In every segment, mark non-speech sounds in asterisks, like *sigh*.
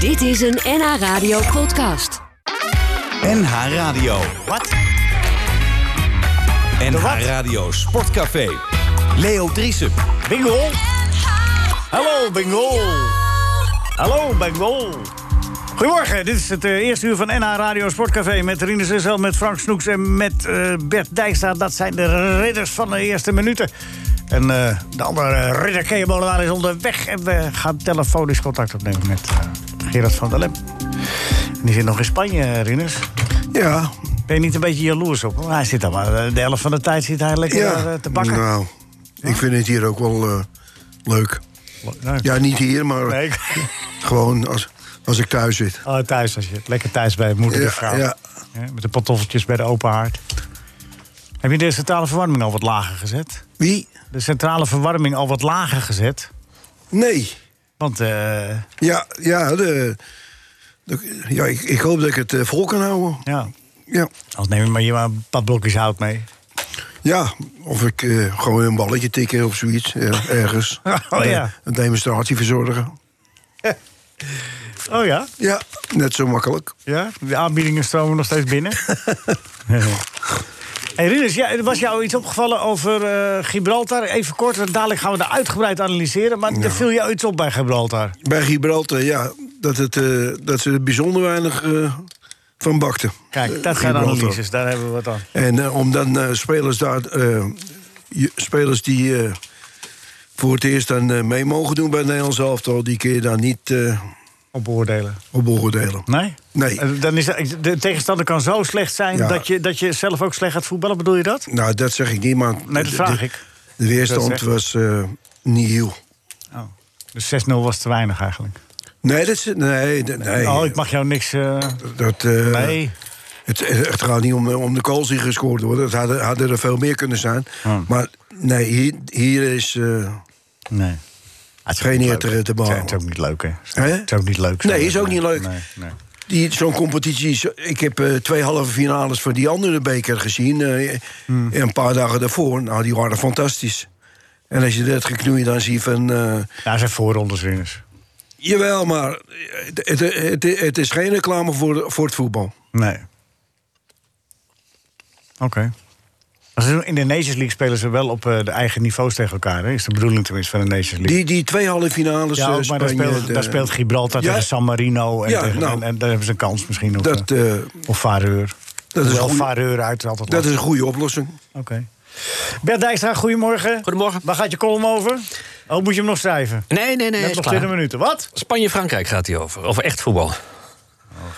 Dit is een NH Radio podcast. NH Radio. Wat? NH Radio Sportcafé. Leo Driessen. Bingo! Hallo, bingo! Hallo, bingo! Goedemorgen, dit is het eh, eerste uur van NH Radio Sportcafé... met Rinus Issel, met Frank Snoeks en met eh, Bert Dijkstra. Dat zijn de ridders van de eerste minuten. En eh, de andere ridder Kea Molenaar is onderweg... en we gaan telefonisch contact opnemen met eh, Gerard van der Lem. En die zit nog in Spanje, Rinus. Ja, Ben je niet een beetje jaloers op hem? Hij zit dan maar eh, de helft van de tijd zit hij lekker ja. eh, te bakken. Nou, ik vind het hier ook wel eh, leuk. Nou, Ja, niet hier, maar nee, ik- gewoon als, als ik thuis zit. Oh, thuis, als je lekker thuis bij moeder en Ja, vrouw. ja. Ja, met de pantoffeltjes bij de open haard. Heb je de centrale verwarming al wat lager gezet? Wie? De centrale verwarming al wat lager gezet? Nee. Want eh, Ja, ja, de, de- ja ik, ik hoop dat ik het eh, vol kan houden. ja, Ja, als neem je maar hier maar een paar blokjes hout mee. *laughs* ja. of ik eh, gewoon een balletje tikken of zoiets, eh, ergens. *laughs* Oh, ja. Eh, Een demonstratie verzorgen. Oh ja? Ja, net zo makkelijk. Ja? De aanbiedingen stromen nog steeds binnen. Hey Rinus, ja, er was jou iets opgevallen over eh, Gibraltar. Even kort, want dadelijk gaan we dat uitgebreid analyseren. Maar er viel jou iets op bij Gibraltar. Bij Gibraltar, ja, dat, het, eh, dat ze er bijzonder weinig eh, van bakten. Kijk, Eh, dat zijn Gibraltar. analyses, daar hebben we wat aan. En eh, om dan eh, spelers daar, eh, je- spelers die eh, voor het eerst dan eh, mee mogen doen bij het Nederlands elftal, die kun je daar niet eh, Op beoordelen. op beoordelen. Nee? Nee. Eh, Dan is, dat- de tegenstander kan zo slecht zijn Ja. dat, je, dat je zelf ook slecht gaat voetballen, bedoel je dat? Nou, dat zeg ik niet, maar. Nee, dat vraag de, ik. De Dat weerstand zeg- was eh nihil. Oh. Dus 6-0 was te weinig eigenlijk. Nee, dat is. Nee, dat- nee. Oh, ik mag jou niks. eh, dat, eh, nee. Het, het gaat niet om, eh, om de goals die gescoord worden. Het hadden, hadden er veel meer kunnen zijn. Hmm. Maar nee, hier, hier is. eh, Nee. Het Geen niet eer leuk. te- te behalen. Het is ook niet leuk, hè? Oh. Hè? Het is ook niet leuk. zo. Nee, is ook niet leuk. Nee, nee. Die, zo'n competitie, zo- ik heb eh, twee halve finales van die andere beker gezien. eh, Hmm. Een paar dagen daarvoor. Nou, die waren fantastisch. En als je dat geknoeid dan zie je van... eh, Daar zijn voorrondes, Rinus. jawel, maar het, het, het, het is geen reclame voor, de- voor het voetbal. Nee. Oké. Maar ze doen- In de Nations League spelen ze wel op eh, de eigen niveaus tegen elkaar. Hè? Is de bedoeling tenminste van de Nations League. Die, die twee halve finales... Ja, eh, ook, maar daar Spanje, speelt, de- daar speelt Gibraltar Ja. tegen San Marino. En, Ja, tegen- nou. en, en daar hebben ze een kans misschien. Of, Dat, eh, eh, of Vareur. dat, is een Hoewel goeie- Vareur uit is altijd dat is lastig. een goede oplossing. Oké. Bert Dijkstra, goedemorgen. Goedemorgen. Waar gaat je column over? Oh, moet je hem nog schrijven? Nee, nee, Je nee. hebt is nog klaar. 20 minuten. Wat? Spanje-Frankrijk gaat hij over. Over echt voetbal.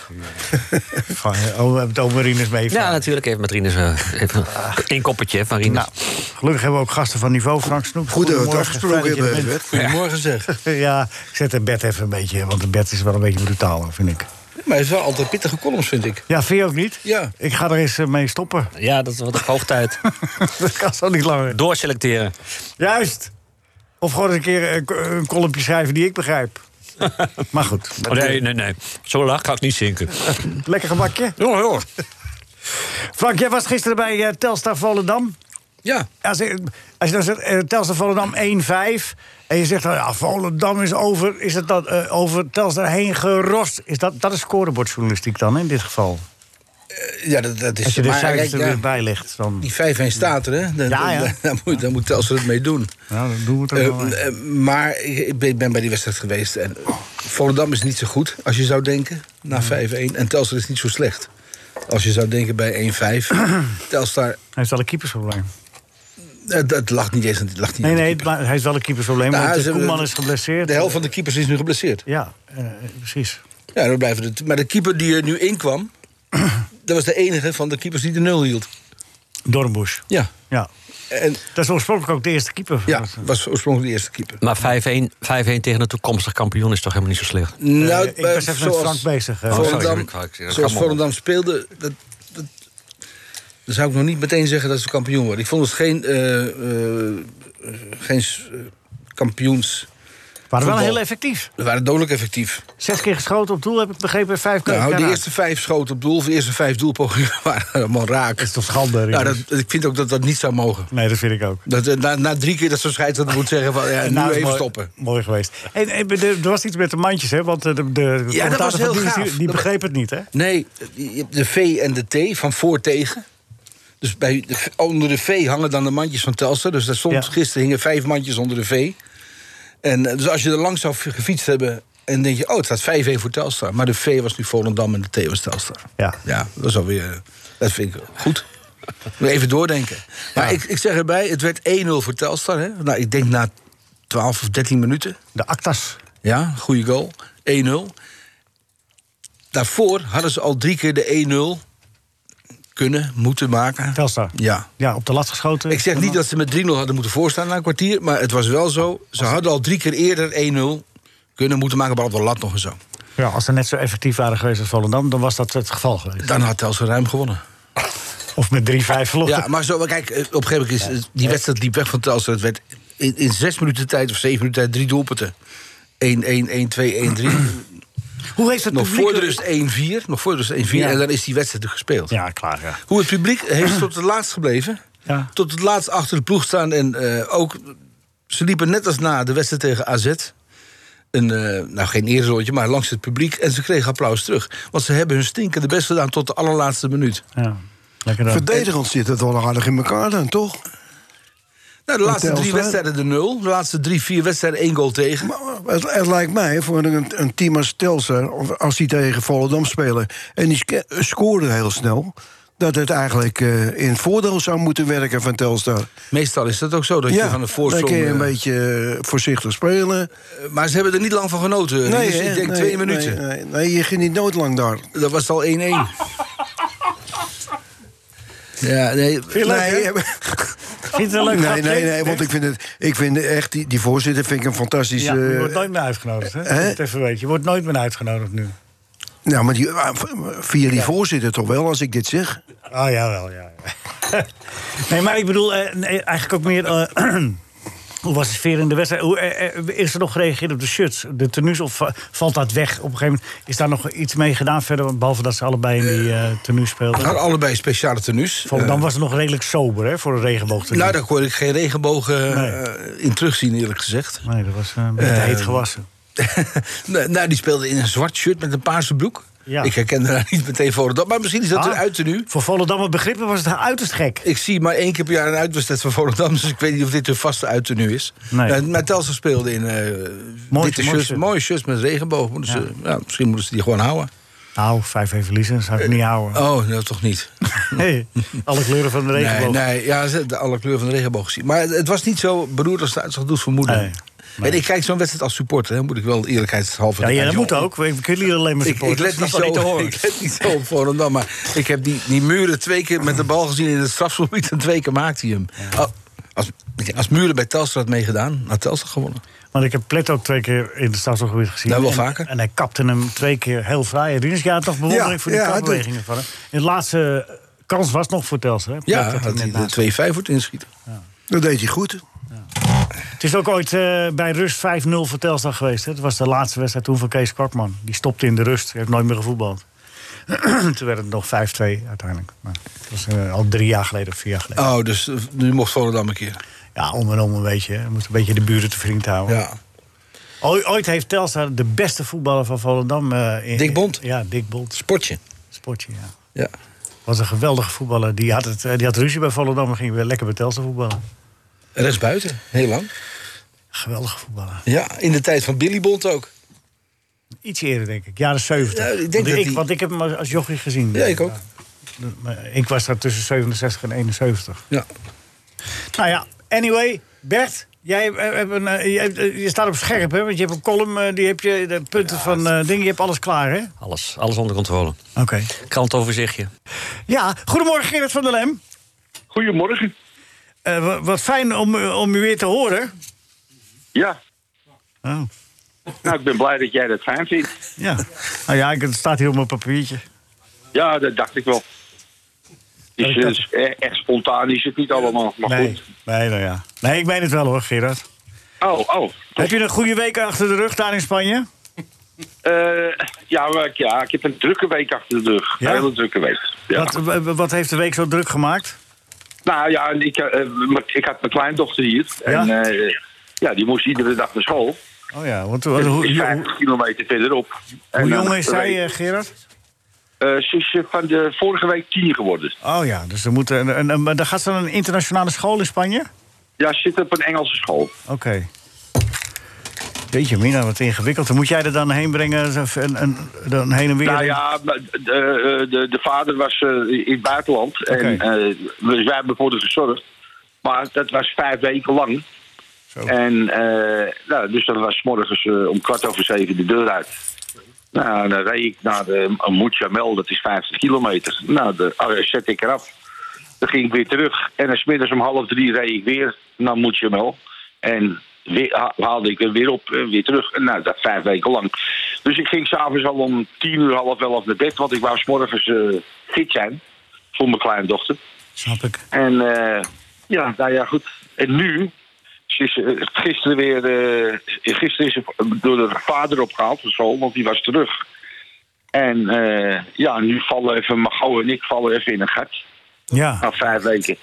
*laughs* Van, eh, Oh, we hebben het over Rinus mee. Ah. Ja, natuurlijk. Even met Rinus. eh, even één koppetje hè, van Rinus. Nou, gelukkig hebben we ook gasten van niveau. Frank Snoep. Goed dat we het Goedemorgen. afgesproken Fijn dat je er hebben, bent. Bert. Goedemorgen zeg. *laughs* Ja, ik zet de bed even een beetje. Want de bed is wel een beetje brutaal, vind ik. Maar het is wel altijd pittige columns, vind ik. Ja, vind je ook niet? Ja. Ik ga er eens eh, mee stoppen. Ja, dat wordt ook hoog tijd. *laughs* Dat kan zo niet langer. Doorselecteren. Juist. Of gewoon eens een keer eh, ko- een kolompje schrijven die ik *laughs* begrijp. maar goed, Oh, nee, nee, nee. Zo laag ga ik niet *laughs* zinken. lekker gebakje. Joh, joh. Frank, jij was gisteren bij eh, Telstar Volendam. Ja. Als, je- als je dan zegt eh, Telstar Volendam 1-5... en je zegt nou ja, Volendam is over, is het dat, eh, over Telstar heen gerost. Is dat, dat is scorebordjournalistiek dan in dit geval. Ja, dat, dat is... Als je dus de maar cijfers er kijk, ja, weer bij legt, dan, Die 5 1 staat er, hè? Dan, Ja, ja. dan- *laughs* dan moet, dan moet Telstra het mee doen. nou, dan doen we het ook wel. Eh, eh, maar ik, ik ben- ik ben bij die wedstrijd geweest. En Volendam is niet zo goed, als je zou denken, na 5-1. En Telstra is niet zo slecht. Als je zou denken bij *clears throat* 1-5. Telstar, Hij heeft wel een keepersprobleem. eh, dat lag niet eens aan het lag niet Nee, aan de nee, keeper. maar hij heeft wel een keepersprobleem. Nou, want ze eh, hebben- Koeman is geblesseerd. De helft van de keepers is nu geblesseerd. Ja, eh, precies. Ja, dan blijven het. Maar de keeper die er nu in *clears throat* kwam, dat was de enige van de keepers die de nul hield. Dornbusch. Ja. Ja. En Dat is oorspronkelijk ook de eerste keeper. ja, was oorspronkelijk de eerste keeper. Maar 5-1 5-1 tegen een toekomstig kampioen is toch helemaal niet zo slecht? nou, Eh, ik was even met Frank bezig, eh. Oh, sorry, Volendam, ik wou- ik- ik- zoals kom op. Volendam speelde, dat, dat, dan zou ik nog niet meteen zeggen dat ze kampioen worden. Ik vond het geen, eh, eh, eh, geen s- eh, kampioens Waren wel Voetbal. heel effectief. We waren dodelijk effectief. Zes keer geschoten op doel, heb ik begrepen. Vijf keer. Nou, de daaruit. eerste vijf schoten op doel, of de eerste vijf doelpogingen *laughs* waren allemaal raak. Dat is toch schande, Nou, dat, jongens? ik vind ook dat dat niet zou mogen. Nee, dat vind ik ook. Dat, eh, na, na drie keer dat zo'n scheidsrechter moet zeggen van ja, nu *laughs* Nou, is even mooi- stoppen. Mooi geweest. En, en er er was iets met de mandjes, hè? Want eh, de, de commentator dat was van heel Nieuws, gaaf. Die, die Dat- begreep het niet, hè? Nee, je hebt de V en de T van voor tegen. Dus bij de, onder de V hangen dan de mandjes van Telstra. Dus daar stond, Ja. gisteren hingen vijf mandjes onder de V. En eh, dus als je er langs zou gefietst hebben... en denk je, oh, het staat 5-1 voor Telstra. Maar de V was nu Volendam en de T was Telstra. Ja. Ja, dat is alweer... eh, Dat vind ik goed. Moet Even doordenken. Maar ik, ik zeg erbij, het werd 1-0 voor Telstra. Hè? Nou, ik denk na 12 of 13 minuten... De actas. Ja, goede goal. 1-0. Daarvoor hadden ze al drie keer de 1-0 kunnen, moeten maken. Telstar. Ja. Ja, op de lat geschoten. Ik zeg niet dat ze met 3-0 hadden moeten voorstaan na een kwartier, maar het was wel zo. Ze hadden al drie keer eerder 1-0 kunnen, moeten maken, behalve de lat nog en zo. Ja, als ze net zo effectief waren geweest als Volendam, dan was dat het geval geweest. Dan had Telstra ruim gewonnen. Of met 3-5 verloren. Ja, maar zo, maar kijk, eh, op een gegeven moment is eh, die wedstrijd liep weg van Telstra. Het werd in, in zes minuten tijd of zeven minuten tijd drie doelpunten. 1-1, 1-2, 1-3. *clears throat* Hoe heeft het Nog publiek... voor de rust 1-4. Nog voor dus de rust 1-4. Ja. En dan is die wedstrijd gespeeld. Ja, klaar, ja. Hoe het publiek heeft tot het laatst gebleven. Ja. Tot het laatst achter de ploeg staan. En eh, ook, ze liepen net als na de wedstrijd tegen AZ. Een, eh, nou, geen erezootje, maar langs het publiek. En ze kregen applaus terug. Want ze hebben hun stinkende best gedaan tot de allerlaatste minuut. ja. Lekker dan. Verdedigend zit het wel aardig in elkaar dan, toch? Nou, de laatste drie Telstra. wedstrijden de nul. De laatste drie, vier wedstrijden één goal tegen. Maar het, het lijkt mij, voor een, een team als Telstar, of als die tegen Volendam spelen... en die sc- scoorde heel snel... dat het eigenlijk eh, in voordeel zou moeten werken van Telstar. Meestal is dat ook zo, dat je van de dan voorsprong... kun je een eh, beetje eh, voorzichtig spelen. Maar ze hebben er niet lang van genoten. Nee, hè? ik denk Nee, twee nee, minuten. Nee, eh. nee, je geniet nooit lang daar. Dat was al e- 1-1. Ja, nee. eh, nee, Vind je het een leuk nee, grapje? nee, nee, want ik vind, het, ik vind echt, die, die voorzitter vind ik een Ja, fantastische... je eh, wordt nooit meer uitgenodigd, hè? hè? Dat Even weet. Je wordt nooit meer uitgenodigd nu. nou, maar die, ah, via die voorzitter toch wel, als ik dit zeg. Oh, jawel, ja. ja. nee, maar ik bedoel eh, nee, eigenlijk ook meer... eh, hoe was de sfeer in de wedstrijd? Hoe, eh, eh, is er nog gereageerd op de shirts, de tenues? Of eh, valt dat weg? Op een gegeven moment is daar nog iets mee gedaan verder... behalve dat ze allebei in die eh tenue We hadden speelden. allebei speciale tenues. Eh. Dan was het nog redelijk sober, hè, voor een regenboogtenue. Nou, daar kon ik geen regenbogen Nee. eh, in terugzien, eerlijk gezegd. Nee, dat was eh, een beetje heet gewassen. nou, *laughs* nou, die speelde in een zwart shirt met een paarse broek. Ja. Ik herkende haar niet meteen voor dat. Maar misschien is dat Ah, een uittenu. Voor Volendammer begrippen was het uiterst gek. Ik zie maar één keer per jaar een uitwedstrijd van Volendam. Dus ik weet niet of dit hun vaste uittenu is. Nee. Eh, maar Telstra speelde in eh Mooi- witte mooi shirts. shirt. Mooie shirts met regenbogen. Moeten ze, ja, misschien moeten ze die gewoon houden. Nou, vijf even verliezen, zou ik niet houden. Oh, dat toch niet. Nee, alle kleuren van de Nee, regenboog. nee, ja, ze hebben alle kleuren van de regenboog gezien. Maar het was niet zo beroerd als de uitslag doet vermoeden. Nee, nee. En ik kijk zo'n wedstrijd als supporter, hè, moet ik wel eerlijkheidshalve... Ja, ja, dat erbij moet zeggen. ook. We we kunnen jullie alleen maar Ik, ik, supporten. let niet Dat zo, is wel te horen. *laughs* ik let niet zo op Volendam, maar ik heb die, die muren twee keer met de bal gezien in het strafgebied en twee keer maakte hij hem. Al- Als, als muren bij Telstra had meegedaan, had Telstra gewonnen. Want ik heb Pletto twee keer in het stadsgebied gezien. Nou, wel En- vaker. En hij kapte hem twee keer heel fraai. Dus ja, toch bewondering Ja, voor die ja, kapbewegingen van hem. En de laatste eh, kans was nog voor Telstra. hè? Plet Ja, had hem had net hij naast. de 2-5 wordt inschieten. Dat deed hij goed. Het is ook ooit eh, bij rust 5-0 voor Telstra geweest. Hè? Dat was de laatste wedstrijd toen van Kees Kwakman. Die stopte in de rust. Hij heeft nooit meer gevoetbald. *clears throat* toen werd het nog 5-2 uiteindelijk. Maar dat was eh, al drie jaar geleden of vier jaar geleden. Oh, dus eh, nu mocht Volendam een keer. Ja, om en om een beetje. hè. Je moet een beetje de buren te vriend houden. Ja. Ooi- Ooit heeft Telstra de beste voetballer van Volendam... eh, in, Dick Bond. Ja, Dick Bond. Sportje. Sportje, ja. Ja. Was een geweldige voetballer. Die had, het, eh, die had ruzie bij Volendam en ging weer lekker bij Telstra voetballen. Rechtsbuiten, heel lang. Geweldige voetballer. Ja, in de tijd van Billy Bond ook. Iets eerder, denk ik. Jaren 70. Ja, ik want, denk dat ik, die- want ik heb hem als als jochie gezien. Ja, ik ook. Maar eh, Ik was daar tussen 67 en 71. Ja. Nou ja, anyway, Bert, jij hebt- hebt een, eh, jij hebt, eh, je staat op scherp, hè? Want je hebt een column, eh, die heb je, de punten van eh, dingen, je hebt alles klaar, hè? Oké. Alles, alles onder controle. Krantoverzichtje. Ja, goedemorgen Gerrit van der Lem. Goedemorgen. Eh, wa- wat fijn om, eh, om u weer te horen. Ja, Oh, nou ik ben blij dat jij dat fijn vindt. ja. Nou ja, ik- het staat hier op mijn papiertje. Ja, dat dacht ik Oh, wel. Dus, Ja, dat- eh, echt spontaan is het niet allemaal, maar nee, goed. nee, nou ja. Nee, ik meen het wel hoor, Gerard. Oh, oh. Heb je een goede week achter de rug daar in Spanje? Eh, ja, maar ik- ja, ik heb een drukke week achter de rug. Ja? Een hele drukke week. Ja. Wat, w- w- wat heeft de week zo druk gemaakt? Nou ja, en ik, eh, m- ik had mijn kleindochter hier. En Ja? eh, ja, die moest iedere dag naar school. Oh ja, want want hoe, Die is hoe, 50 kilometer verderop. hoe En, jong eh, is zij, weet- eh, Gerard? eh, ze is eh, van de vorige week tien geworden. Oh ja, dus er moet, een- een- een- maar dan gaat ze naar een internationale school in Spanje? Ja, ze zit op een Engelse school. Oké. Jeetje, Mina, wat ingewikkeld. Dan moet jij er dan heen brengen, of een, een, dan heen en weer? Nou ja, maar de, eh, de, de vader was eh, in het buitenland. En Oké. eh, we- wij hebben voor haar gezorgd. Maar dat was vijf weken lang. Zo. En eh, nou, dus dat was 's morgens eh, om kwart over zeven de deur uit. Nou, dan reed ik naar de Moetjamel, dat is 50 kilometer. Nou, de, oh, zet ik eraf. Dan ging ik weer terug. En dan 's middags om half drie reed ik weer naar Moetjamel. En weer, ha- haalde ik er weer op en weer terug. En Nou, dat vijf weken lang. Dus ik ging s'avonds al om tien uur, half elf naar bed. Want ik wou 's morgens eh, fit zijn voor mijn kleindochter. Snap ik. En eh, ja, nou ja, goed. En nu, ze is eh, gisteren weer, eh, gisteren is ze door de vader opgehaald van school, want die was terug. En eh, ja, nu vallen even Mago en ik vallen even in een gat. Ja, Na vijf weken.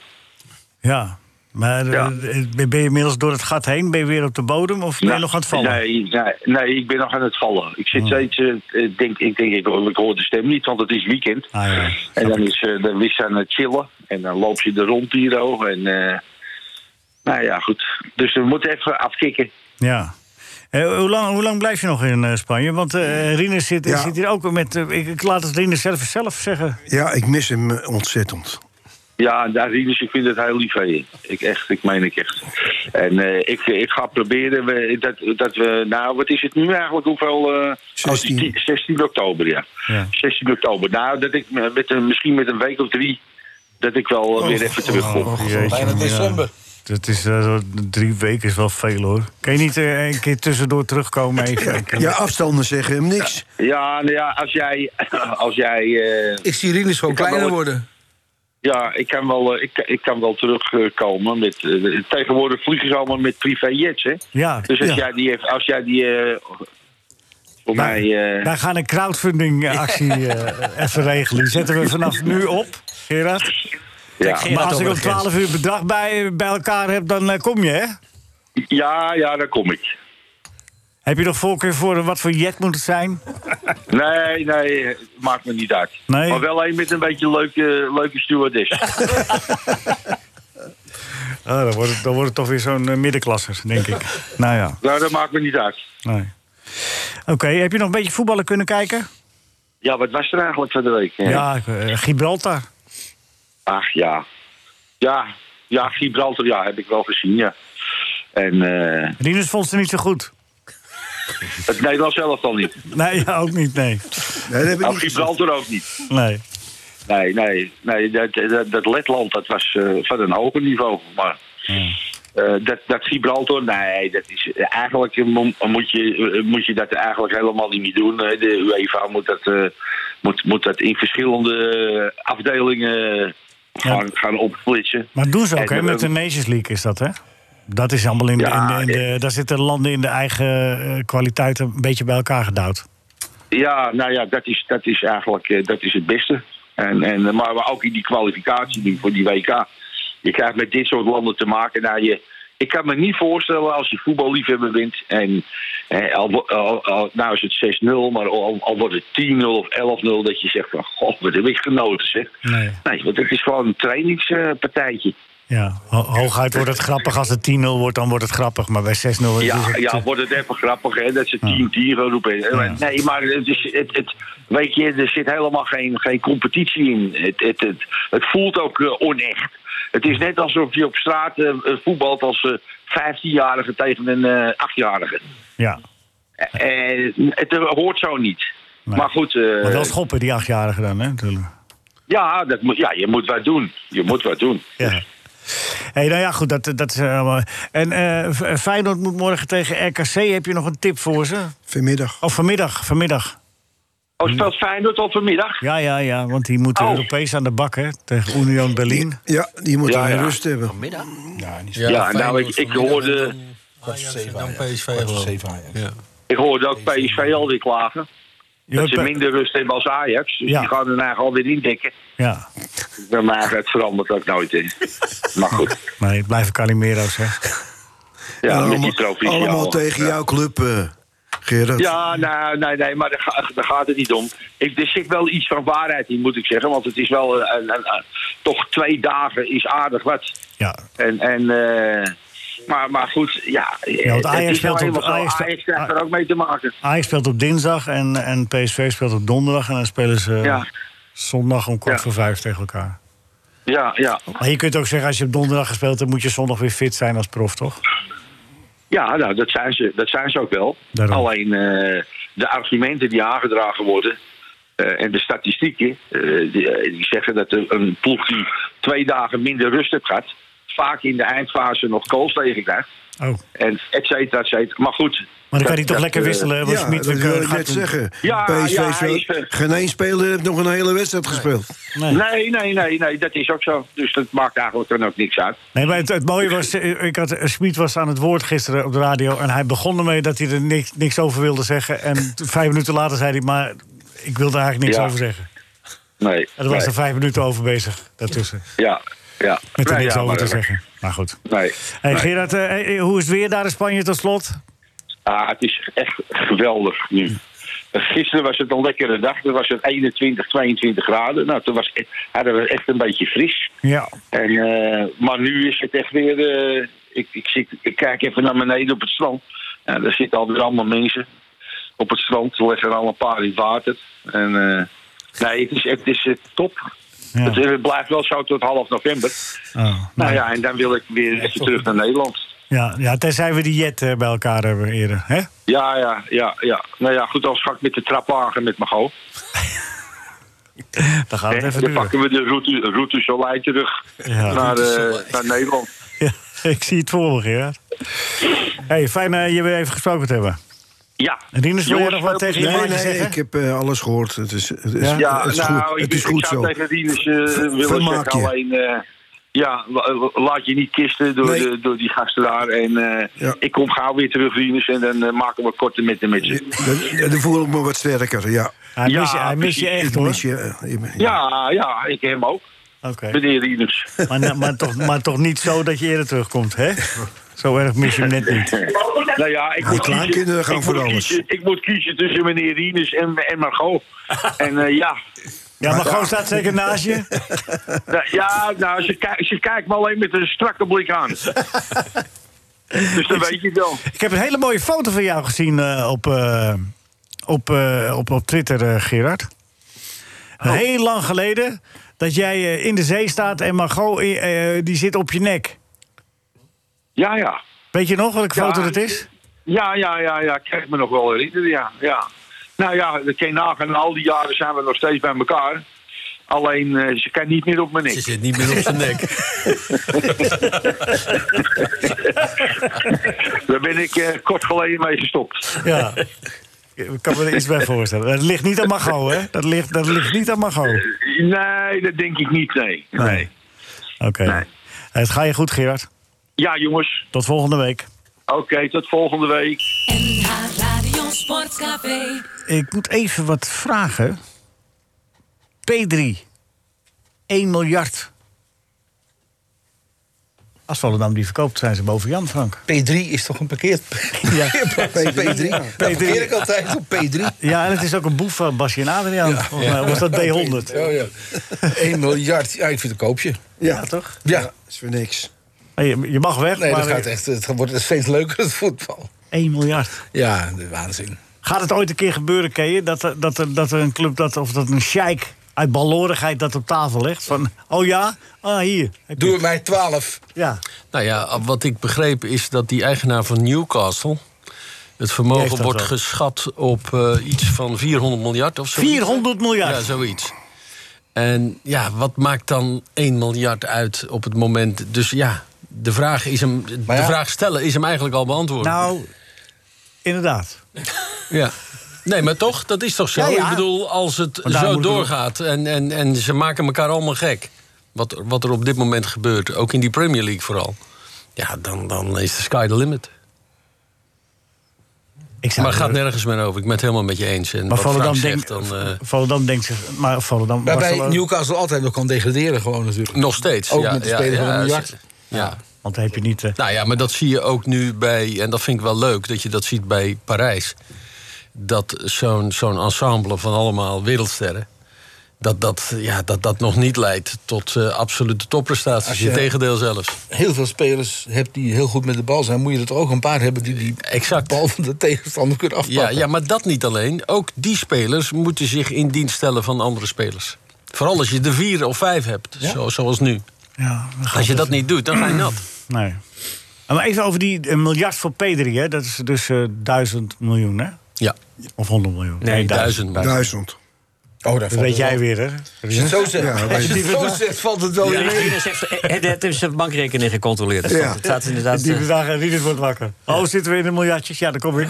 ja. Maar eh, Ja. ben ben je inmiddels door het gat heen? Ben je weer op de bodem of ben je Nou, nog aan het vallen? Oh. Nee, nee, nee, ik ben nog aan het vallen. Ik zit steeds, eh, eh, denk, ik denk, ik, ik hoor de stem niet, want het is weekend. Ah, ja. En dan is, eh, dan is ze aan het chillen. En dan loopt ze er rond hier ook. En, eh, nou ja, goed. Dus we moeten even afkicken. Ja. Eh, hoe, lang, hoe lang blijf je nog in eh, Spanje? Want eh Rinus zit, Ja. zit hier ook met... eh, ik, ik laat het Rinus zelf, zelf zeggen. Ja, ik mis hem eh, ontzettend. Ja, daar Rinus, ik vind het heel lief van je. Ik echt, ik meen ik echt. En eh, ik, ik ga proberen we, dat, dat we, nou wat is het nu eigenlijk, hoeveel? eh, 16. oh, die- 16 oktober, ja. Ja. 16 oktober. Nou, dat ik me- met een, misschien met een week of drie, dat ik wel eh, weer even terugkom. Oh, Jeetje, Bijna ja. december. Dat is, eh, zo- drie weken is wel veel, hoor. Kan je niet eh, een keer tussendoor terugkomen even? Ja, afstanden zeggen hem niks. Ja, nou ja, als jij, *laughs* als jij, eh, Ik zie Rinus gewoon Ik kan kleiner wel- worden. ja, ik kan wel, eh, ik, ik kan wel terugkomen met, eh, tegenwoordig vliegen ze allemaal met privéjets, hè. Ja, Dus als ja. jij die, heeft- als jij die, eh, voor Wij- mij... eh, Wij gaan een crowdfunding-actie eh, even regelen. Die zetten we vanaf nu op, Gerard. ja. Maar als ik om over de grens. 12 uur bedrag bij, bij elkaar heb, dan eh, kom je, hè? Ja, ja, daar kom ik. Heb je nog voorkeur voor eh, wat voor jet moet het zijn? Nee, nee, het maakt me niet uit. Nee. Maar wel een met een beetje leuke, leuke stewardess. *laughs* Ah, dan, wordt het, dan wordt het toch weer zo'n eh, middenklasser, denk ik. nou ja, nou, dat maakt me niet uit. nee. Oké, heb je nog een beetje voetballen kunnen kijken? Ja, wat was er eigenlijk van de week? hè? Ja, eh, Gibraltar. Ach, ja. Ja, ja, Gibraltar, ja, heb ik wel gezien, ja. En eh Rinus vond ze niet zo goed. het Nederlands zelf al niet. Nee, *laughs* ja, ook niet, nee. Nee, dat heb ik Ook niet gezien. Gibraltar Nou, ook niet. nee. Nee, nee, nee dat, dat, dat Letland, dat was eh, van een hoger niveau. Maar eh, dat, dat Gibraltar, nee, dat is, eigenlijk mo- moet je, eh, moet je dat eigenlijk helemaal niet doen. hè. De UEFA moet dat, eh, moet, moet dat in verschillende eh, afdelingen gaan, gaan opsplitsen. Maar doen ze ook, En, hè? Met de eh, Nations League is dat, hè? Dat is allemaal in de... Ja, in de- in de- daar zitten landen in de eigen eh, kwaliteit een beetje bij elkaar gedouwd. Ja, nou ja, dat is, dat is eigenlijk eh, dat is het beste. En, en, eh, maar ook in die kwalificatie nu voor die WK. Je krijgt met dit soort landen te maken. Nou, je, ik kan me niet voorstellen als je voetballiefhebber bent. En eh, al, wo- al- al- nou is het 6-0, maar al, al wordt het 10-0 of 11-0. Dat je zegt van, god, wat heb ik genoten zeg. Nee. Nee, want het is gewoon een trainingspartijtje. Ja, ho- hooguit wordt het grappig. Als het 10-0 wordt, dan wordt het grappig. Maar bij 6-0 is Ja, het... ja, wordt het even grappig hè, dat ze 10-10 gaan roepen. Eh, Ja. Nee, maar het is, het, het, weet je, er zit helemaal geen, geen competitie in. Het, het, het, het voelt ook eh, onecht. Het is net alsof je op straat eh, voetbalt als eh 15-jarige tegen een eh 8-jarige. ja. Eh, het eh, hoort zo niet. Nee. Maar goed, eh, Maar wel schoppen, die achtjarige dan, hè? Natuurlijk. ja, dat moet, ja, je moet wat doen. Je moet wat doen. Ja. Hey, nou ja, goed, dat, dat is allemaal... En eh, F- Feyenoord moet morgen tegen RKC. Heb je nog een tip voor ze? Vanmiddag. Oh, vanmiddag, vanmiddag. Oh, speelt Feyenoord al vanmiddag? Ja, ja, ja, want die moeten Oh. Europees aan de bak, hè? Tegen Union Berlin. Ja, die moet Ja, dan ja. rust hebben. Vanmiddag? Ja, nou, ik, ik hoorde... Kwart voor zeven dan Ajax. PSV Kwart voor geloof ik. zeven Ajax. Ja. Ik hoorde ook PSV al die klagen. Dat ze Ja, minder rust hebben als Ajax. Dus Ja. die gaan hun eigen alweer indekken. Ja, Maar het verandert ook *laughs* nooit in. Maar goed, nee, ik blijf Calimero's, hè. ja, En met die allemaal, trofee. allemaal tegen jouw club, eh Gerard. Ja, nou, nee, nee, maar daar, ga- daar gaat het niet om. Ik, er zit wel iets van waarheid in, moet ik zeggen. Want het is wel, een, een- een- toch twee dagen is aardig wat. Ja, En, en, eh, maar, maar goed, ja. want het Ajax is speelt nou op- eenmaal zo. Ajax- Ajax krijgt er ook mee te maken. Ajax speelt op dinsdag en, en PSV speelt op donderdag. En dan spelen ze Ja. zondag om kwart Ja. voor vijf tegen elkaar. Ja, ja. Maar je kunt ook zeggen, als je op donderdag gespeeld hebt... moet je zondag weer fit zijn als prof, toch? Ja, nou, dat zijn ze, dat zijn ze ook wel. Daarom. Alleen eh, de argumenten die aangedragen worden eh, en de statistieken, eh, die, eh, die zeggen dat een- een ploeg die twee dagen minder rust heeft gehad, vaak in de eindfase nog goals tegenkrijgt. Oh. En et cetera, et cetera. Maar goed. Maar dan dat- kan hij toch dat, lekker eh, wisselen, want Ja, Schmid dat wil ik gaat net een- zeggen. Ja, PSV ja, hij speelt- is, eh, geen één speler heeft nog een hele wedstrijd gespeeld. Nee. Nee, nee, nee, nee, dat is ook zo. Dus dat maakt eigenlijk dan ook niks uit. Nee, maar het, het mooie *laughs* was, eh, ik had, eh, Schmid was aan het woord gisteren op de radio... en hij begon ermee dat hij er niks, niks over wilde zeggen. En t- vijf minuten later zei hij, maar ik wil daar eigenlijk niks Ja. over zeggen. Nee. En er was nee, er vijf minuten over bezig, daartussen. Ja, ja. Met er Nee, niks ja, over maar- te zeggen. Maar goed. Nee. Hey, nee. Gerard, eh, eh, hoe is het weer daar in Spanje tot slot? Ah, het is echt geweldig nu. Gisteren was het een lekkere dag. Toen was het 21, 22 graden. Nou, toen was het, hadden we het echt een beetje fris. Ja. En, eh, maar nu is het echt weer... eh, ik, ik, zit, ik kijk even naar beneden op het strand. Ja, daar zitten alweer allemaal mensen op het strand. Er liggen er al een paar in het water. En, eh, nee, het is, het is eh, top. Ja. Het, het blijft wel zo tot half november. Oh, Nou nee. ja, en dan wil ik weer even terug naar Nederland. ja. Ja, tenzij we die jet eh, bij elkaar hebben eerder. Hè? *laughs* Ja, ja, ja, ja. Nou ja, goed, als ga ik met de trapwagen met mijn goal. *laughs* Dan gaan we het Hè, even dan duren. pakken we de route, route Soleil terug Ja. naar, eh, naar Nederland. Ja, ik zie het voor me, Gerard. Hey, fijn eh, je weer even gesproken te hebben. Ja. Rinus, wil jij nog wat veel tegen je plezier. Nee, maatje nee, zeggen? ik heb eh, alles gehoord. Het is, het is, Ja, het is nou, goed, ik, het is ik goed zou zo. tegen Rinus eh, willen vermaak zeggen, je. alleen... eh, ja, la- la- laat je niet kisten door, Nee. de- door die gasten daar. En eh, Ja. ik kom gauw weer terug, Rinus, en dan eh, maken we korte mitten met ze. Dan, dan voel ik me wat sterker, ja. Hij Ja, mist je, hij mist je precies. echt, Ik hoor. mis je, eh, ik ben- Ja, ja, ik hem ook, Oké. meneer Rinus. Maar, na- maar, toch, maar toch niet zo dat je eerder terugkomt, hè? Zo erg mis je hem net niet. nou ja, ik Nou, moet kleinkinderen gaan ik voor moet alles. kiezen- ik moet kiezen tussen meneer Rinus en, en Margot. en eh, ja, Ja, maar Goos staat zeker naast je. nou, ja, nou, ze, kijk, ze kijkt me alleen met een strakke blik aan. dus dan weet je het wel. Ik heb een hele mooie foto van jou gezien eh, op, eh, op, eh, op, op Twitter, eh, Gerard. Oh. Heel lang geleden dat jij eh, in de zee staat en Margot eh, eh, die zit op je nek. Ja, ja. Weet je nog welke Ja. foto dat is? Ja, ja, ja, ja. Ik krijg me nog wel herinneren, ja. ja. Nou ja, dat kan je nagaan. Al die jaren zijn we nog steeds bij elkaar. Alleen, eh, ze kan niet meer op mijn Ze nek. zit niet meer op zijn nek. *laughs* Daar ben ik eh, kort geleden mee gestopt. Ja. Ik kan me er iets bij voorstellen. Dat ligt niet aan Margot, hè? Dat ligt, dat ligt niet aan Margot. Nee, dat denk ik niet, nee. nee. Oké. Het gaat je goed, Gerard. Ja, jongens. Tot volgende week. Oké, tot volgende week. NH Radio Sportcafé. Ik moet even wat vragen. P3. 1 miljard. Als Volendam die verkoopt, zijn ze boven Jan, Frank. P3 is toch een *laughs* parkeert? Ja, P3. *laughs* Dat parkeer ik altijd op P3. Ja, en het is ook een boef van Basje en Adriaan. Volgens mij was dat B100. Ja, ja. 1 miljard. Ja, ik vind het een koopje. Ja, toch? Ja. is voor niks. Hey, Je je mag weg, Nee, maar dat gaat echt, het wordt steeds leuker, het voetbal. 1 miljard. Ja, de waanzin. Gaat het ooit een keer gebeuren, Keeën, dat, er- dat, er- dat er een club dat, of dat een sheik uit balorigheid dat op tafel legt? Van, oh ja? Ah, hier. Heb je- Doe mij 12. Ja. Nou ja, wat ik begreep is dat die eigenaar van Newcastle... het Die heeft vermogen dat wordt wel. geschat op eh, iets van 400 miljard of zo. 400 miljard. Ja, zoiets. En ja, wat maakt dan 1 miljard uit op het moment? Dus ja, de vraag, is hem, Maar de ja. vraag stellen is hem eigenlijk al beantwoord. Nou, inderdaad. Ja. Nee, maar toch, dat is toch zo? Ja, ja. Ik bedoel, als het Maar daar zo moeten we- doorgaat en, en, en ze maken elkaar allemaal gek... Wat, er- wat er op dit moment gebeurt, ook in die Premier League vooral... ja, dan, dan is de sky the limit. Ik zou Maar het gaat er- nergens meer over. Ik ben het helemaal met je eens. En Maar wat Frank Volendam denkt... zegt, dan, eh, Volendam denkt zich... Maar Volendam... Waarbij Barcelona- Newcastle altijd nog kan degraderen, gewoon natuurlijk. nog steeds. Ook ja, met de ja, speler van ja, een miljard. ze- ja. Want dan heb je niet... eh, Nou ja, maar dat zie je ook nu bij, en dat vind ik wel leuk, dat je dat ziet bij Parijs. Dat zo'n zo'n ensemble van allemaal wereldsterren. Dat dat, ja, dat dat nog niet leidt tot eh, absolute topprestaties. je- Je tegendeel zelfs. Heel veel spelers hebt die heel goed met de bal zijn. Moet je er ook een paar hebben die die Exact. bal van de tegenstander kunnen Ja, afpakken. ja, maar dat niet alleen. Ook die spelers moeten zich in dienst stellen van andere spelers. Vooral als je er vier of vijf hebt, zo, zoals nu. ja, dan gaat Als je het- dat niet doet, dan ga je nat. Nee. Ah, Maar even over die eh, miljard voor Pedri, hè? Dat is dus eh duizend miljoen, hè? Ja, Of 100 miljoen? nee, duizend. Duizend. Oh, daar Dat weet jij weer, hè? Als je het zo zegt, Ja, als je het zo zegt valt het wel weer mee. Regina zegt, eh, eh, dat heeft zijn bankrekening gecontroleerd. Dus Ja. dat staat inderdaad... Die eh, dag en wie dit wordt wakker. Oh, zitten we in de miljardjes? Ja, daar kom ik.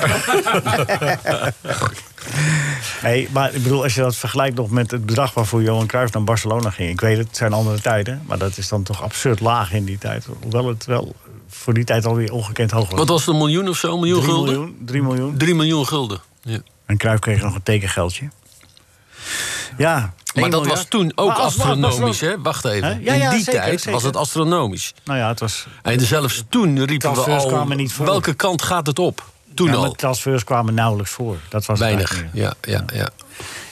nee, maar ik bedoel, als je dat vergelijkt nog met het bedrag waarvoor Johan Cruijff naar Barcelona ging. Ik weet het, het zijn andere tijden, maar dat is dan toch absurd laag in die tijd. Hoewel het wel voor die tijd alweer ongekend hoog was. Wat was het, een miljoen of zo? Een miljoen 3 gulden? miljoen, 3 miljoen. Drie miljoen gulden. Ja. En Cruijff kreeg nog een tekengeldje. Ja. Maar één dat miljard. was toen Maar ook als- astronomisch, als- hè? Wacht even. Hè? Ja, ja, In die zeker, tijd zeker. was het astronomisch. Nou ja, het was. En zelfs toen riepen we Transfers al... kwamen niet voor. Welke kant gaat het op? Toen Ja, maar al. transfers kwamen nauwelijks voor. Dat was het Weinig. eigenlijk meer. Ja, ja, ja.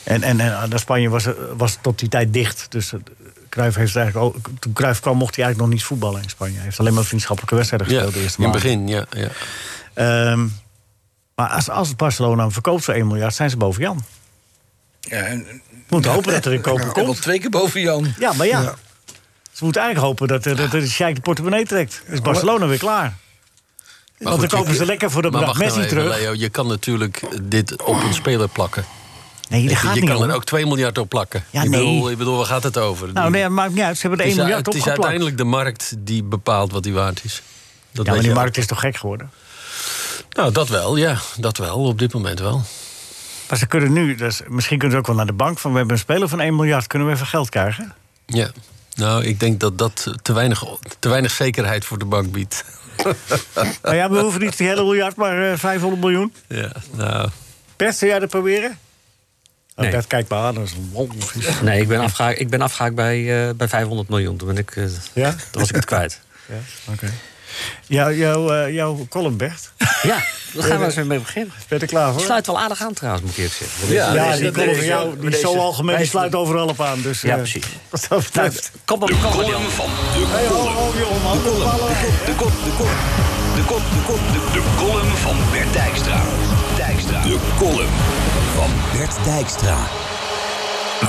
En, en, en eh, Spanje was, eh, was tot die tijd dicht. Dus eh, Cruijff heeft eigenlijk ook, toen Cruijff kwam mocht hij eigenlijk nog niet voetballen in Spanje. Hij heeft alleen maar vriendschappelijke wedstrijden ja. gespeeld In de eerste het maand. begin, ja. ja. Ehm, maar als, als het Barcelona hem verkoopt voor 1 miljard, zijn ze boven Jan. Ja, en- Moet hopen dat er een *laughs* koper en wel komt. twee keer boven Jan. Ja, maar ja. Ze moeten eigenlijk hopen dat, eh, dat, dat de Sjeik de portemonnee trekt. Is Barcelona weer klaar. Want goed, dan kopen je- ze lekker voor dat Maar bedrag wacht nou Messi even, terug. Leo. Je kan natuurlijk dit op een speler plakken. Nee, dat Je, gaat je niet kan om. er ook 2 miljard op plakken. Ja, ik, nee. bedoel, ik bedoel, waar gaat het over? Nou, nee, maakt niet uit. Ze hebben het er is, 1 miljard het is opgeplakt. uiteindelijk de markt die bepaalt wat die waard is. Dat Ja, maar weet die je. markt is toch gek geworden? Nou, dat wel, ja. Dat wel, op dit moment wel. Maar ze kunnen nu, dus misschien kunnen ze ook wel naar de bank van... we hebben een speler van 1 miljard, kunnen we even geld *laughs* krijgen? Ja. Nou, ik denk dat dat te weinig, te weinig zekerheid voor de bank biedt. nou ja, we hoeven niet die hele miljard, maar eh, 500 miljoen. *laughs* Ja, nou. Bert, zou jij dat proberen? Oh, Nee. Bert kijkt me aan, dat is een walvis. Nee, ik ben afgehaakt, ik ben afgehaakt bij, eh, bij 500 miljoen. Toen, ben ik, eh, Ja? toen was ik het kwijt. Ja, oké. Jou- jouw, eh, jouw column, Bert. Ja, daar gaan we eens weer mee beginnen. Ben je er klaar Het voor? sluit wel aardig aan trouwens, moet ik eerlijk zeggen. Ja, ja, deze- die column van jou die is zo algemeen, die sluit overal op aan. Dus, Ja, eh, precies. Wat dat Nou, betreft. kom op, kom op, Jan. Hey, ho, ho, joh, man. De kop, de kop, de kop, de kop, de, de column van Bert Dijkstra. Dijkstra. De column van Bert Dijkstra.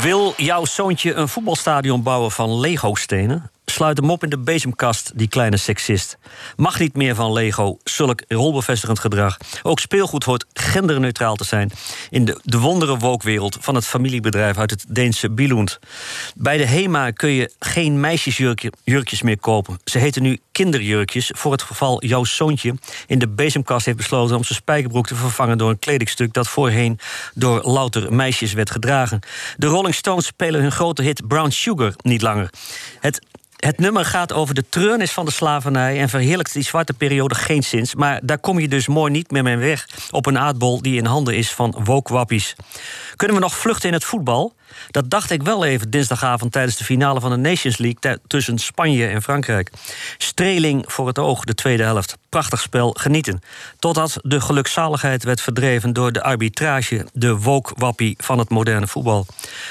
Wil jouw zoontje een voetbalstadion bouwen van Lego-stenen? Sluit hem op in de bezemkast, die kleine seksist. Mag niet meer van Lego, zulk rolbevestigend gedrag. Ook speelgoed hoort genderneutraal te zijn... in de, de wondere wookwereld van het familiebedrijf uit het Deense Billund. Bij de HEMA kun je geen meisjesjurkjes meer kopen. Ze heten nu kinderjurkjes... voor het geval jouw zoontje in de bezemkast heeft besloten... om zijn spijkerbroek te vervangen door een kledingstuk... dat voorheen door louter meisjes werd gedragen. De Rolling Stones spelen hun grote hit Brown Sugar niet langer. Het, het nummer gaat over de treurnis van de slavernij... en verheerlijkt die zwarte periode geenszins. Maar daar kom je dus mooi niet meer mee weg... op een aardbol die in handen is van wookwappies. Kunnen we nog vluchten in het voetbal? Dat dacht ik wel even dinsdagavond tijdens de finale van de Nations League... tu- tussen Spanje en Frankrijk. Streling voor het oog, de tweede helft. Prachtig spel, genieten. Totdat de gelukzaligheid werd verdreven door de arbitrage... de wookwappie van het moderne voetbal.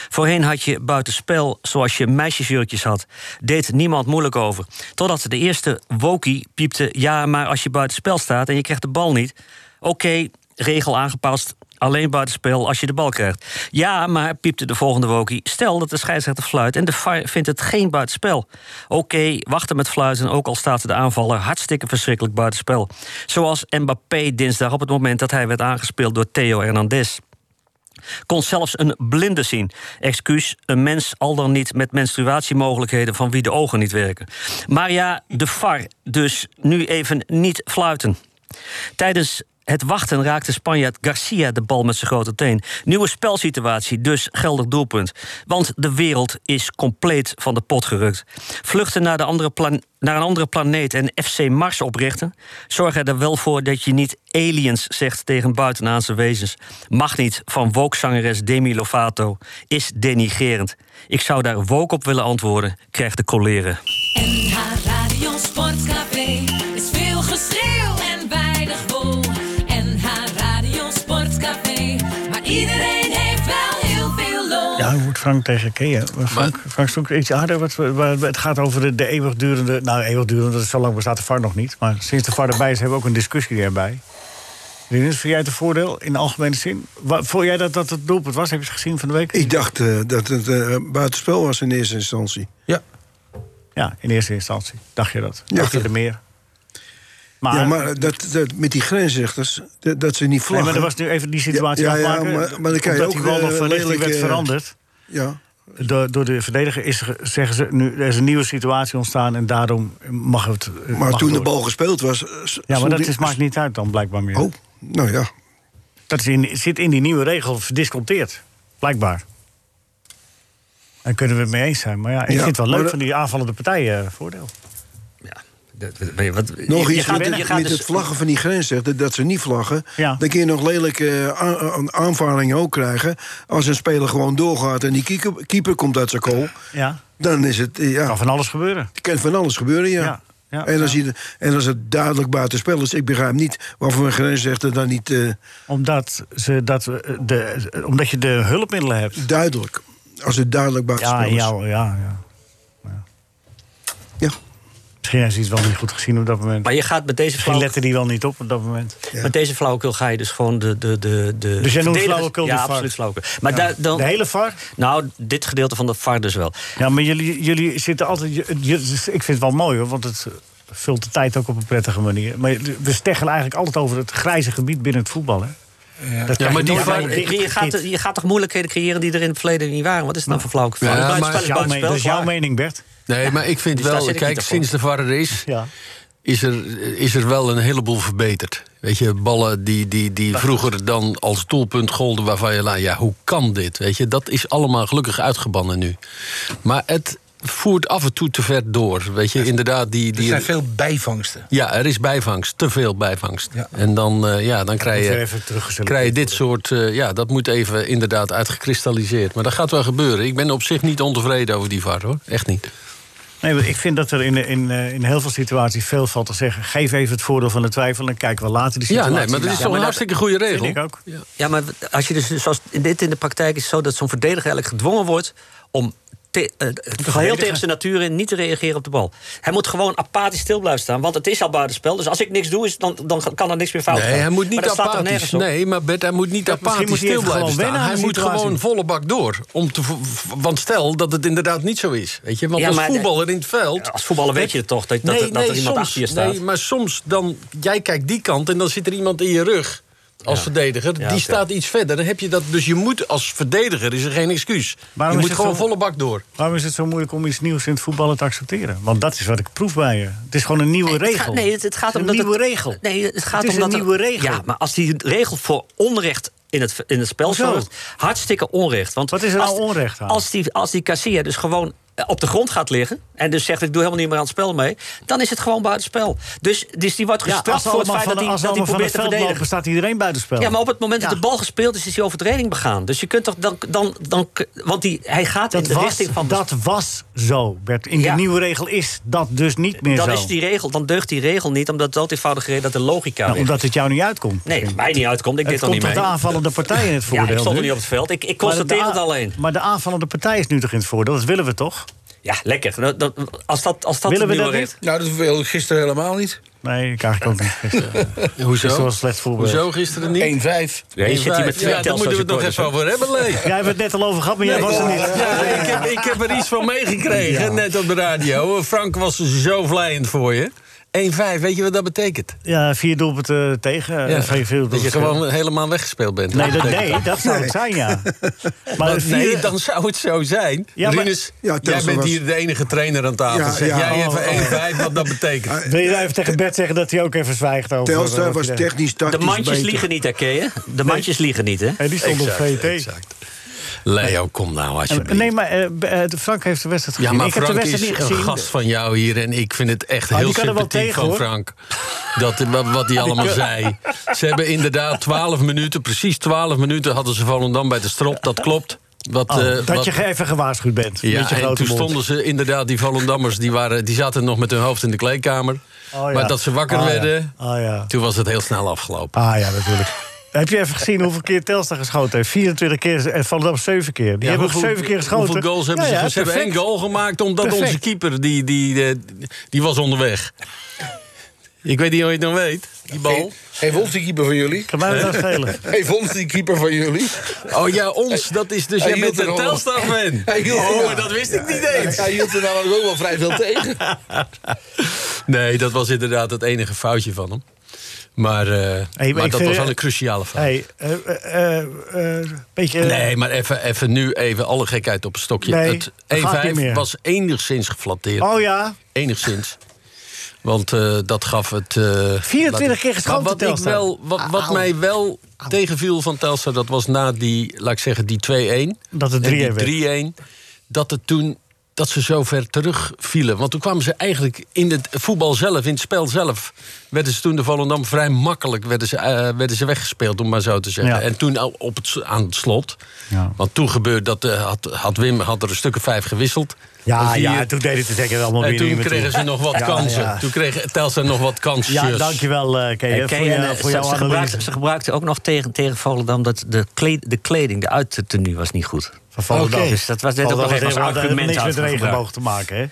Voorheen had je buitenspel, zoals je meisjesjurkjes had. Deed niemand moeilijk over. Totdat de eerste wokie piepte... ja, maar als je buitenspel staat en je krijgt de bal niet... oké, regel aangepast, Alleen buitenspel als je de bal krijgt. Ja, maar piepte de volgende wokie. Stel dat de scheidsrechter fluit en de VAR vindt het geen buitenspel. Oké, wachten met fluiten, ook al staat de aanvaller hartstikke verschrikkelijk buitenspel. Zoals Mbappé dinsdag op het moment dat hij werd aangespeeld door Theo Hernandez kon zelfs een blinde zien. Excuus, een mens al dan niet met menstruatiemogelijkheden van wie de ogen niet werken. Maar ja, de VAR, dus nu even niet fluiten. Tijdens het wachten raakte Spanjaard Garcia de bal met zijn grote teen. Nieuwe spelsituatie, dus geldig doelpunt. Want de wereld is compleet van de pot gerukt. Vluchten naar, de andere plan- naar een andere planeet en FC Mars oprichten. Zorg er dan wel voor dat je niet aliens zegt tegen buitenaardse wezens. Mag niet van wookzangeres Demi Lovato. Is denigerend. Ik zou daar woke op willen antwoorden, krijgt de coleren. NH Radio Sportcafé is veel geschreeuw en weinig wol. NH Radio Sportcafé, maar iedereen heeft wel heel veel lol. Ja, hoe moet Frank tegen Kea? Frank, Frank zoekt iets harder. Wat, we- waar- het gaat over de, de eeuwigdurende... Nou, eeuwigdurende, dat is zo lang bestaat de VAR nog niet. Maar sinds de VAR erbij is, hebben we ook een discussie erbij. Rinus, vind jij het een voordeel in de algemene zin? Wat, voel jij dat dat het doelpunt was? Heb je het gezien van de week? Ik dacht eh, dat het eh, buitenspel was in eerste instantie. Ja. Ja, in eerste instantie. Dacht je dat? Ja. dacht je er meer? Maar, ja, maar dat, dat, met die grensrechters, dat, dat ze niet nee, vlaggen. maar er was nu even die situatie Ja, ja, ja, afmaken. maar- maar dan kan je Omdat ook, die bal nog eh, van richting lelijk, werd eh, veranderd... Ja. Door, door de verdediger is, er- zeggen ze nu, er is een nieuwe situatie ontstaan en daarom mag het. eh, Maar mag toen de door. bal gespeeld was... eh, Ja, stond maar dat die- is, maakt niet uit dan blijkbaar meer. Oh, nou ja. Dat is in, zit in die nieuwe regel verdisconteerd. Blijkbaar. Daar kunnen we het mee eens zijn. Maar ja, ik Ja, vind het wel maar leuk dat- van die aanvallende partijen eh, voordeel. Ja, dat- dat- weet je wat- Nog je iets gaat- met, je het- gaat met dus- het vlaggen van die grensrechter, dat ze niet vlaggen. Ja. Dan kun je nog eh, lelijke aan, aan- aanvaringen ook krijgen. Als een speler gewoon doorgaat en die keeper, keeper komt uit zijn kool... Ja, dan is het... eh, Ja, kan van alles gebeuren. Het kan van alles gebeuren, ja. Ja, ja, en, als ja. je- en als het duidelijk buitenspel is, ik begrijp niet waarvoor een grensrechter dan niet eh, Omdat, ze, dat, we, eh, de, eh, omdat je de hulpmiddelen hebt. duidelijk. Als het duidelijk Ja, buitenspel ja, is. ja, ja. Ja. Misschien heeft ze iets wel niet goed gezien op dat moment. Maar je gaat met deze Misschien flauw, lette die wel niet op op dat moment. met deze flauwekul ga je dus gewoon de... de, de, de Dus jij noemt verdedigers- flauwekul de Ja, VAR? absoluut flauwekul. Maar daar- dan, De hele VAR? Nou, dit gedeelte van de VAR dus wel. Ja, maar jullie, jullie zitten altijd. je- je- ik vind het wel mooi hoor, want het eh, vult de tijd ook op een prettige manier. Maar we steggelen eigenlijk altijd over het grijze gebied binnen het voetbal. Hè? Dat Ja, krijg maar je die nooit VAR helemaal Je, je dicht gaat, geknipt. je gaat toch moeilijkheden creëren die er in het verleden niet waren? Wat is het nou voor flauwekul? Ja, Het maar- buitenspel Dat is jouw buitenspel, me- dat is jouw klaar. mening, Bert. Nee, maar ik vind Dus daar wel, zit ik kijk, niet voor. sinds de VAR er is, Ja. is er, is er wel een heleboel verbeterd. Weet je, ballen die, die, die vroeger dan als doelpunt golden... waarvan je laat, ja, hoe kan dit? Weet je, dat is allemaal gelukkig uitgebannen nu. Maar het voert af en toe te ver door. Weet je, inderdaad, die... Er die zijn veel bijvangsten. ja, er is bijvangst, te veel bijvangst. Ja. En dan, eh, ja, dan krijg Moet je, weer even teruggeselecteerd krijg je dit soort... eh, ja, dat moet even inderdaad uitgekristalliseerd. Maar dat gaat wel gebeuren. Ik ben op zich niet ontevreden over die VAR, hoor. Echt niet. Nee, maar ik vind dat er in, in, eh, in heel veel situaties veel valt te zeggen. Geef even het voordeel van de twijfel en kijken we later die Ja, situatie. nee, maar dat is na. toch een hartstikke goede regel. vind ik ook. Ja, maar als je dus, zoals dit in de praktijk is, zo dat zo'n verdediger eigenlijk gedwongen wordt om te, eh, geheel tegen zijn natuur in niet te reageren op de bal. Hij moet gewoon apathisch stil blijven staan, want het is al buitenspel. Dus als ik niks doe, is, dan, dan kan er niks meer fout Nee, gaan. hij moet Maar niet dat staat toch apathisch. nergens op? Nee, maar Bert, hij moet niet misschien apathisch moet hij stil even blijven gewoon staan. wennen aan Hij de moet situatie. gewoon volle bak door. Om te, vo- v- want stel dat het inderdaad niet zo is. Weet je? Want Ja, als maar- voetballer in het veld... Als voetballer weet je het toch, dat, dat, Nee, dat er nee, iemand soms, achter je staat. Nee, maar soms dan... Jij kijkt die kant en dan zit er iemand in je rug... Als verdediger, die oké. staat iets verder. Dan heb je dat. Dus je moet als verdediger is er geen excuus. Waarom je is moet het gewoon zo- volle bak door. Waarom is het zo moeilijk om iets nieuws in het voetballen te accepteren? Want dat is wat ik proef bij je. Het is gewoon een nieuwe Nee, het regel. gaat- nee, het, het gaat is om een dat nieuwe het- regel. Nee, het gaat om is dat een er- nieuwe regel. Ja, maar als die regel voor onrecht in het, in het spel Hoezo? zorgt, hartstikke onrecht. Want Oh, Wat is er als, nou onrecht aan? Als die, als die Casilla dus gewoon eh, op de grond gaat liggen en dus zegt ik doe helemaal niet meer aan het spel mee, dan is het gewoon buitenspel. Dus, dus die wordt Ja, gestraft als voor het allemaal feit dat van, de- hij als dat hij allemaal van probeert het te veld lopen, verdedigen. staat iedereen buitenspel. Ja, maar op het moment dat Ja. de bal gespeeld is, is die overtreding begaan. Dus je kunt toch dan. dan, dan want die, hij gaat in Dat de was, richting van. dat was zo, Bert. In Ja. de nieuwe regel is dat dus niet meer dan zo. is die regel, dan deugt die regel niet, omdat dood eenvoudig reden dat de logica. Nou, weg omdat het jou niet uitkomt. Nee, het mij niet uitkomt. Ik het deed al komt niet tot mee. de aanvallende partij in het voordeel. ja, ik stond nu. er niet op het veld. Ik, ik Maar de- constateer het de a- alleen. Maar de aanvallende partij is nu toch in het voordeel? Dat willen we toch? Ja, lekker. Nou, dat- als dat, als dat Willen we het dat nieuwe niet? regel- Nou, dat wil ik gisteren helemaal niet. Nee, ik eigenlijk ook niet. Gisteren, *laughs* Hoezo? gisteren was slecht voorbeeld. Hoezo gisteren niet? 1-5. je zit hier met twee ja, daar telstels moeten we het nog supporters, even over hebben, Lee. Jij hebt het net al over gehad, maar jij was er niet. Ja, ik heb, ik heb er iets van meegekregen, net op de radio. Frank was zo vlijend voor je. 1-5, weet je wat dat betekent? Ja, vier doelpunten tegen. eh, Veel, veel dat je doelpunten. gewoon helemaal weggespeeld bent. Nee, dat, betekent nee, dat zou het zijn, *laughs* ja. Maar Want nee, vier, dan zou het zo zijn. Ja, maar- Rinus, Ja, jij Telstra bent was- hier de enige trainer aan tafel. Ja, zeg ja. jij Oh, oh. even 1-5 wat dat betekent. wil je nou even tegen Bert zeggen dat hij ook even zwijgt over... eh, Telstra wat was hij deed? technisch De tactisch mandjes beter. liegen niet, hè, Keeën? De mandjes liegen niet, hè? Hey, die stond op Exact, VT. exact. Leo, kom nou alsjeblieft. En- Nee, maar eh, b- eh, Frank heeft de wedstrijd ja, gezien. maar ik heb Frank de is wedstrijd een niet gezien. gast van jou hier. En ik vind het echt Oh, die heel kan er wel sympathiek tegen, van hoor. Frank. Dat, wat, wat hij allemaal zei. Ze hebben inderdaad 12 minuten, precies 12 minuten... hadden ze Volendam bij de strop, dat klopt. Wat, Oh, eh, dat wat- je ge- even gewaarschuwd bent. Ja, met je en grote toen mond. stonden ze inderdaad, die Volendammers, die, waren, die zaten nog met hun hoofd in de kleedkamer. Oh, ja. Maar dat ze wakker Ah, ja. werden, Ah ja. toen was het heel snel afgelopen. ah ja, natuurlijk. Heb je even gezien hoeveel keer Telstra geschoten heeft? 24 keer eh, en Volendam 7 keer. Die Ja, hebben hoeveel- 7 keer geschoten. Hoeveel goals hebben Ja, ze? ja, ze hebben één perfect. goal gemaakt omdat Perfect. onze keeper, die, die, eh, die was onderweg. Ik weet niet of je het nog weet, die bal. Geef ons die keeper van jullie. Kan mij dat nou schelen? Geef ons die keeper van jullie. Oh ja, ons, dat is dus... Hij Jij bent hield een er al- Telstar-fan. *laughs* Hij hield- Oh, ja. maar dat wist ik niet eens. Hij hield er namelijk ook wel vrij veel tegen. Nee, dat was inderdaad het enige foutje van hem. Maar, eh, maar maar ik dat vind- was wel een cruciale fout. Hey, eh, eh, eh, eh, beetje... Nee, maar even, even nu even alle gekheid op een stokje. Nee, het dat gaat niet 1-5 meer. was enigszins geflatteerd. Oh ja, Enigszins. Want eh, dat gaf het... eh, 24 laat ik- keer geschoten, Maar wat, ik Telstar. wel, wat, wat mij wel tegenviel van Telstar... dat was na die, laat ik zeggen, die 2-1. Dat het En die 3-1 werd. 3-1. Dat het toen... Dat ze zo ver terugvielen. Want toen kwamen ze eigenlijk in het voetbal zelf, in het spel zelf. werden ze toen de Volendam vrij makkelijk werden ze, eh, werden ze weggespeeld, om maar zo te zeggen. Ja. En toen al op het, s- aan het slot. Ja. Want toen gebeurde dat. eh, had, had Wim had er een stuk of vijf gewisseld. ja, Of vier. ja, toen deed het het zeker allemaal En weer niet toen meer toe. kregen ze nog wat Ja, kansen. ja. Toen kregen Telstra nog wat kansen. Ja, dankjewel, eh Kees, En voor, Keeën, jou, eh, voor ze- jouw ze, gebruikte, analyse. ze gebruikte ook nog tegen, tegen Volendam dat de, kleed, de kleding, de uittenue was niet goed. Van Volendam. Oké. Dus dat was net ook nog Volendam even als heeft argument eh, niks met uitgebruikt. regenboog te maken, hè? Nee,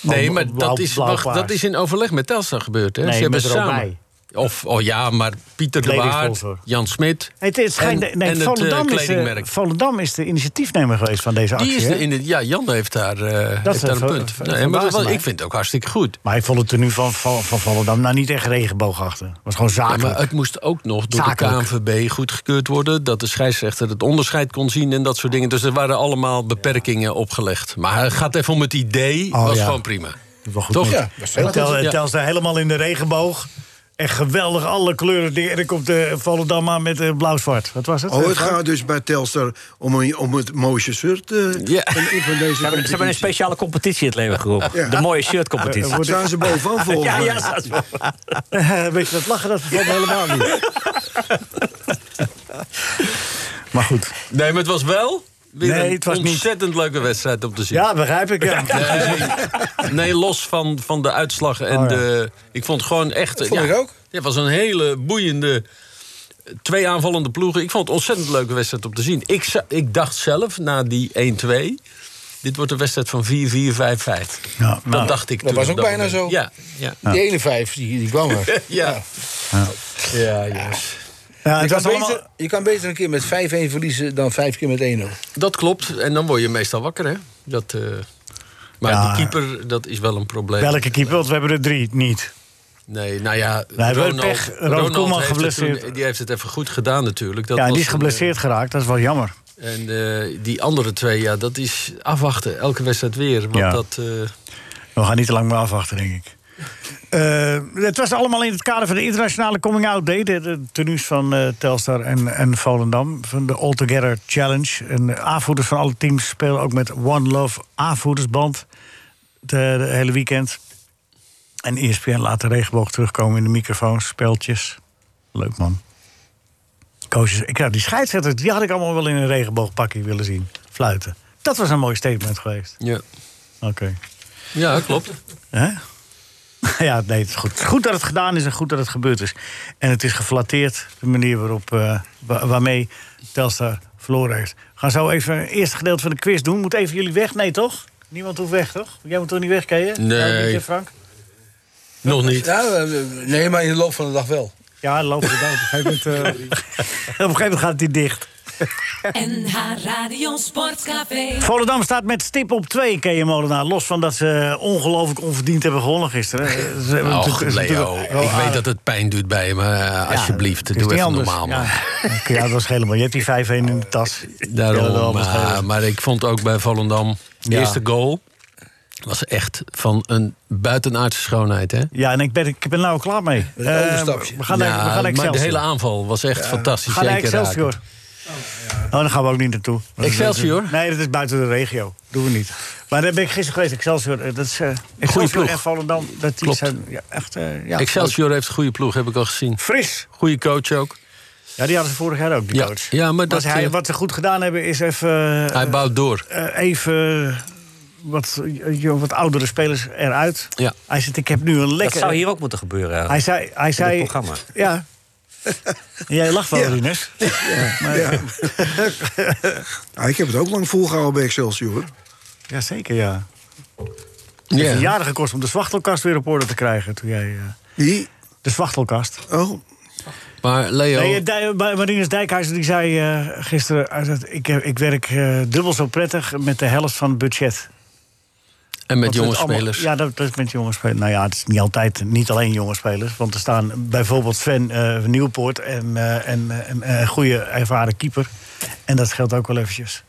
Blauw- maar dat blauw- is, blauw wacht, dat paars. is in overleg met Telstra gebeurd. Hè? Nee, ze hebben met er ook samen. Of, oh ja, maar Pieter de Waard, Kledingsponsor. Jan Smit. Het is schijnt, en, nee, en het, eh, Volendam, is de, kledingmerk. Volendam is de initiatiefnemer geweest van deze actie. Die is hè? de, in de, ja, Jan heeft daar, eh, Dat heeft daar ver- een ver- punt. ver- Nee, maar dat verbaasde was- mij. ik vind het ook hartstikke goed. Maar ik vond het tenue van, van, van Volendam nou niet echt regenboogachtig. Het was gewoon Ja, zakelijk. maar het moest ook nog door Zakelijk. de KNVB goedgekeurd worden. Dat de scheidsrechter het onderscheid kon zien en dat soort dingen. Dus er waren allemaal beperkingen opgelegd. Maar het gaat even om het idee. Oh, was ja. gewoon prima. Wel goed Toch? nieuws. Ja, dat is heel Maar tel- goed, ja. tel ze helemaal in de regenboog. Echt geweldig, alle kleuren. dingen. En dan komt de Volendam aan met eh, blauw-zwart. Wat was het? Oh, Eh, het Frank? gaat dus bij Telstar om, een, om het mooiste shirt. eh, Ja. van een van deze Ze hebben, ze hebben een competities. speciale competitie in het leven geroepen. Ja. De mooie shirtcompetitie. Daar staan ze *laughs* bovenaan volgens Ja, mij. ja, zo- zo. *laughs* Weet je, dat lachen, dat vervalt me helemaal niet. maar goed. Nee, maar het was wel weer Nee, een het was niet. ontzettend leuke wedstrijd om te zien. Ja, begrijp ik. Ja. Nee, nee, los van, van de uitslag. En Oh, ja. de, ik vond het gewoon echt... vond ik ook. ja, Het was een hele boeiende... Twee aanvallende ploegen. Ik vond het een ontzettend leuke wedstrijd om te zien. Ik, za- ik dacht zelf, na die 1-2... Dit wordt een wedstrijd van 4-4-5-5. Ja, nou. dat dacht ik Dat toen was op ook bijna moment. zo. Ja, ja. Die ene vijf, die, die kwam er. *laughs* Ja. Ja, jongens. Ja, Je het kan, was allemaal- beter, je kan beter een keer met 5-1 verliezen dan vijf keer met 1-0. Dat klopt. En dan word je meestal wakker, hè? Dat, eh, maar Ja. de keeper, dat is wel een probleem. Welke keeper? Want we hebben er drie niet. Nee, nou ja, hebben wel Ronald, pech. Ronald Koeman heeft het toen- geblesseerd. die heeft het even goed gedaan natuurlijk. Dat Ja, en was die is een, geblesseerd geraakt. Dat is wel jammer. eh, en eh, die andere twee, ja, dat is afwachten. Elke wedstrijd weer. Want Ja. dat, eh, We gaan niet te lang meer afwachten, denk ik. Eh, het was allemaal in het kader van de internationale Coming Out Day. De, de tenues van eh, Telstar en, en Volendam. Van de All Together Challenge. En de aanvoerders van alle teams spelen ook met One Love aanvoerdersband. De, de hele weekend. En E ESPN laat de regenboog terugkomen in de microfoons, speeltjes. Leuk man. Coaches, ik, nou, die scheidsrechters die had ik allemaal wel in een regenboogpakje willen zien. Fluiten. Dat was een mooi statement geweest. ja. Oké. ja, klopt. Hè? *laughs* Ja, nee, het is goed. Het is goed dat het gedaan is en goed dat het gebeurd is. En het is geflatteerd, de manier waarop, eh, wa- waarmee Telstar verloren heeft. We gaan zo even het eerste gedeelte van de quiz doen. Moet even jullie weg? Nee, toch? Niemand hoeft weg, toch? Jij moet toch niet weg, Keeën? Nee. Ja, niet, hè, Frank? Nog niet. Ja, eh, nee, maar in de loop van de dag wel. *laughs* Ja, loop er dan. Op een gegeven moment, eh, op een gegeven moment gaat hij dicht. NH Radio Sportcafé. Volendam staat met stip op 2, Keeën Molenaar. Los van dat ze ongelooflijk onverdiend hebben gewonnen gisteren. Ze hebben Och, natuurlijk- is Nou, Leo, natuurlijk wel ik weet aardig. dat het pijn doet bij me. alsjeblieft, het is doe niet even anders. normaal, man. Ja, Oké, ja, dat was helemaal. Je hebt die 5-1 in de tas. Ja, dat *laughs* Daarom, was eh, helemaal- maar ik vond ook bij Volendam... de Ja. eerste goal was echt van een buitenaardse schoonheid, hè? ja, en ik ben, ik ben nou klaar mee. Met een Eh, overstapje. we gaan naar, Ja, we gaan naar maar de Excelsior. hele aanval was echt we fantastisch. gaan naar Zeker raken. Excelsior. Oh, dan gaan we ook niet naartoe. Want dat is- Excelsior? Nee, dat is buiten de regio. Doen we niet. Maar daar ben ik gisteren geweest. Excelsior, eh, dat is... eh, Excelsior ploeg. en Volendam, dat die Klopt. zijn ja, echt... eh, ja, Excelsior heeft een goede ploeg, heb ik al gezien. Fris. Goede coach ook. Ja, die hadden ze vorig jaar ook, die Ja, coach. ja, maar dat, hij, eh, wat ze goed gedaan hebben is even... eh, Hij bouwt door. eh, even wat, eh, jo- wat oudere spelers eruit. Ja. Hij zegt, ik heb nu een Dat lekker... zou hier ook moeten gebeuren. eigenlijk. Hij zei... Hij zei het programma. *laughs* Ja. *laughs* Jij lacht wel, Rinus. Ah, ik heb het ook lang volgehouden bij Excelsior. hoor. Jazeker, ja. Het heeft een Ja. jaren gekost om de zwachtelkast weer op orde te krijgen. Toen jij, eh, Die? de zwachtelkast. Oh, Maar Nee, Leo, eh, Dij- Ma- Marinus Dijkhuizen die zei eh, gisteren... hij zegt, ik, eh, ik werk eh, dubbel zo prettig met de helft van het budget. en met Want jonge het allemaal- spelers. Ja, dat, dat is met jonge spelers. Nou ja, het is niet altijd, niet alleen jonge spelers. Want er staan bijvoorbeeld Sven eh, van Nieuwpoort en eh, en eh, een eh, goede ervaren keeper. En dat geldt ook wel eventjes.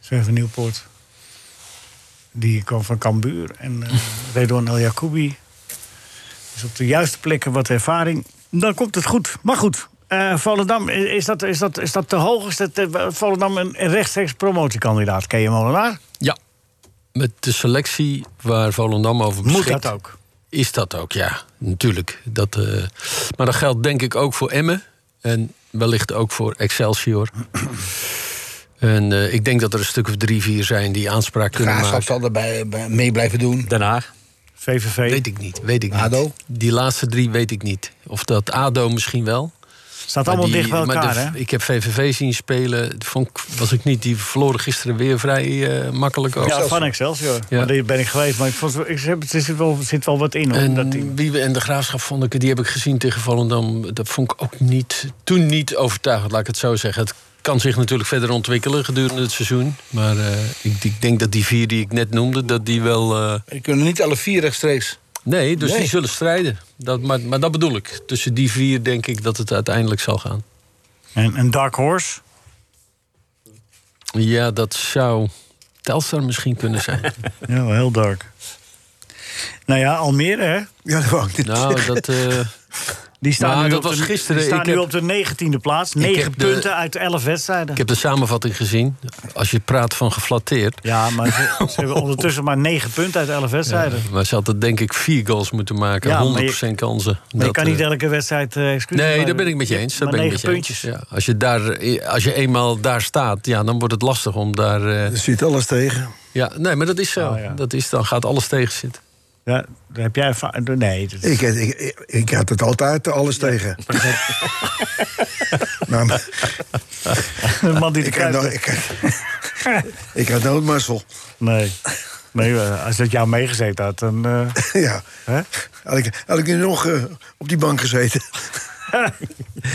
Sven van Nieuwpoort. Die kwam van Cambuur. *laughs* En eh Redon El Jacoubi. Dus op de juiste plekken wat ervaring. Dan komt het goed. Maar goed. eh, Volendam, eh, is dat, is, dat, is dat te hoog? Is dat, eh, Volendam een een rechtstreeks promotiekandidaat? Ken je Molenaar? Ja. Met de selectie waar Volendam over Moet beschikt... dat ook? Is dat ook, ja. Natuurlijk. Dat, eh, maar dat geldt denk ik ook voor Emmen. En wellicht ook voor Excelsior. *clears throat* en eh, ik denk dat er een stuk of drie, vier zijn die aanspraak kunnen Graafschap maken. zal erbij bij, mee blijven doen. Den Haag. VVV. Weet ik niet. Weet ik niet. ADO? Die laatste drie weet ik niet. Of dat ADO misschien wel. Staat allemaal Maar die- dicht bij maar de- elkaar, hè? Ik heb VVV zien spelen. Vond ik, was ik niet. Die verloren gisteren weer vrij eh, makkelijk ook. Ja, van Excelsior. Ja. Maar daar ben ik geweest. Maar ik vond, ik, heb- er zit wel, zit wel wat in, hoor. dat team. En Wiebe en de Graafschap vond ik, die heb ik gezien tegen Volendam. Dat vond ik ook niet, toen niet overtuigend, laat ik het zo zeggen. Het kan zich natuurlijk verder ontwikkelen gedurende het seizoen. Maar eh, ik, ik denk dat die vier die ik net noemde, dat die wel... eh, Die kunnen niet alle vier rechtstreeks. nee, dus Nee. die zullen strijden. Dat, maar, maar dat bedoel ik. Tussen die vier denk ik dat het uiteindelijk zal gaan. En, en Dark Horse. Ja, dat zou Telstar misschien kunnen zijn. *laughs* Ja, wel heel dark. Nou ja, Almere, hè? ja, dat wou ik net nou, zeggen. dat... eh, *laughs* Die staan Nou, nu, dat op, de, was gisteren. die staan Ik nu heb- op de negentiende plaats. heb Negen de- punten uit elf wedstrijden. ik heb de samenvatting gezien. Als je praat van geflatteerd... Ja, maar ze, ze hebben ondertussen maar negen punten uit elf wedstrijden. Maar ze hadden denk ik vier goals moeten maken. Ja, maar 100% je- kansen. maar je Dat, kan niet eh, elke wedstrijd eh excuses Nee, maar- daar ben ik met je eens. Daar maar ben ik met negen je eens. puntjes. Ja, als, je daar, eh, als je eenmaal daar staat, ja, dan wordt het lastig om daar... eh, Er zit alles tegen. ja, nee, maar dat is zo. Ah, ja. dat is, dan gaat alles tegen zitten. Ja, daar heb jij... erva- Nee, dat Ik, ik, ik, ik had het altijd alles tegen. nou, maar *laughs* *laughs* een man die de ik, had kruis- nooit, ik, had, ik had nooit mazzel. Nee. Nee, eh, als dat jou meegezeten had, dan... eh, *laughs* ja. hè? Had ik, had ik nu nog eh, op die bank *laughs* gezeten.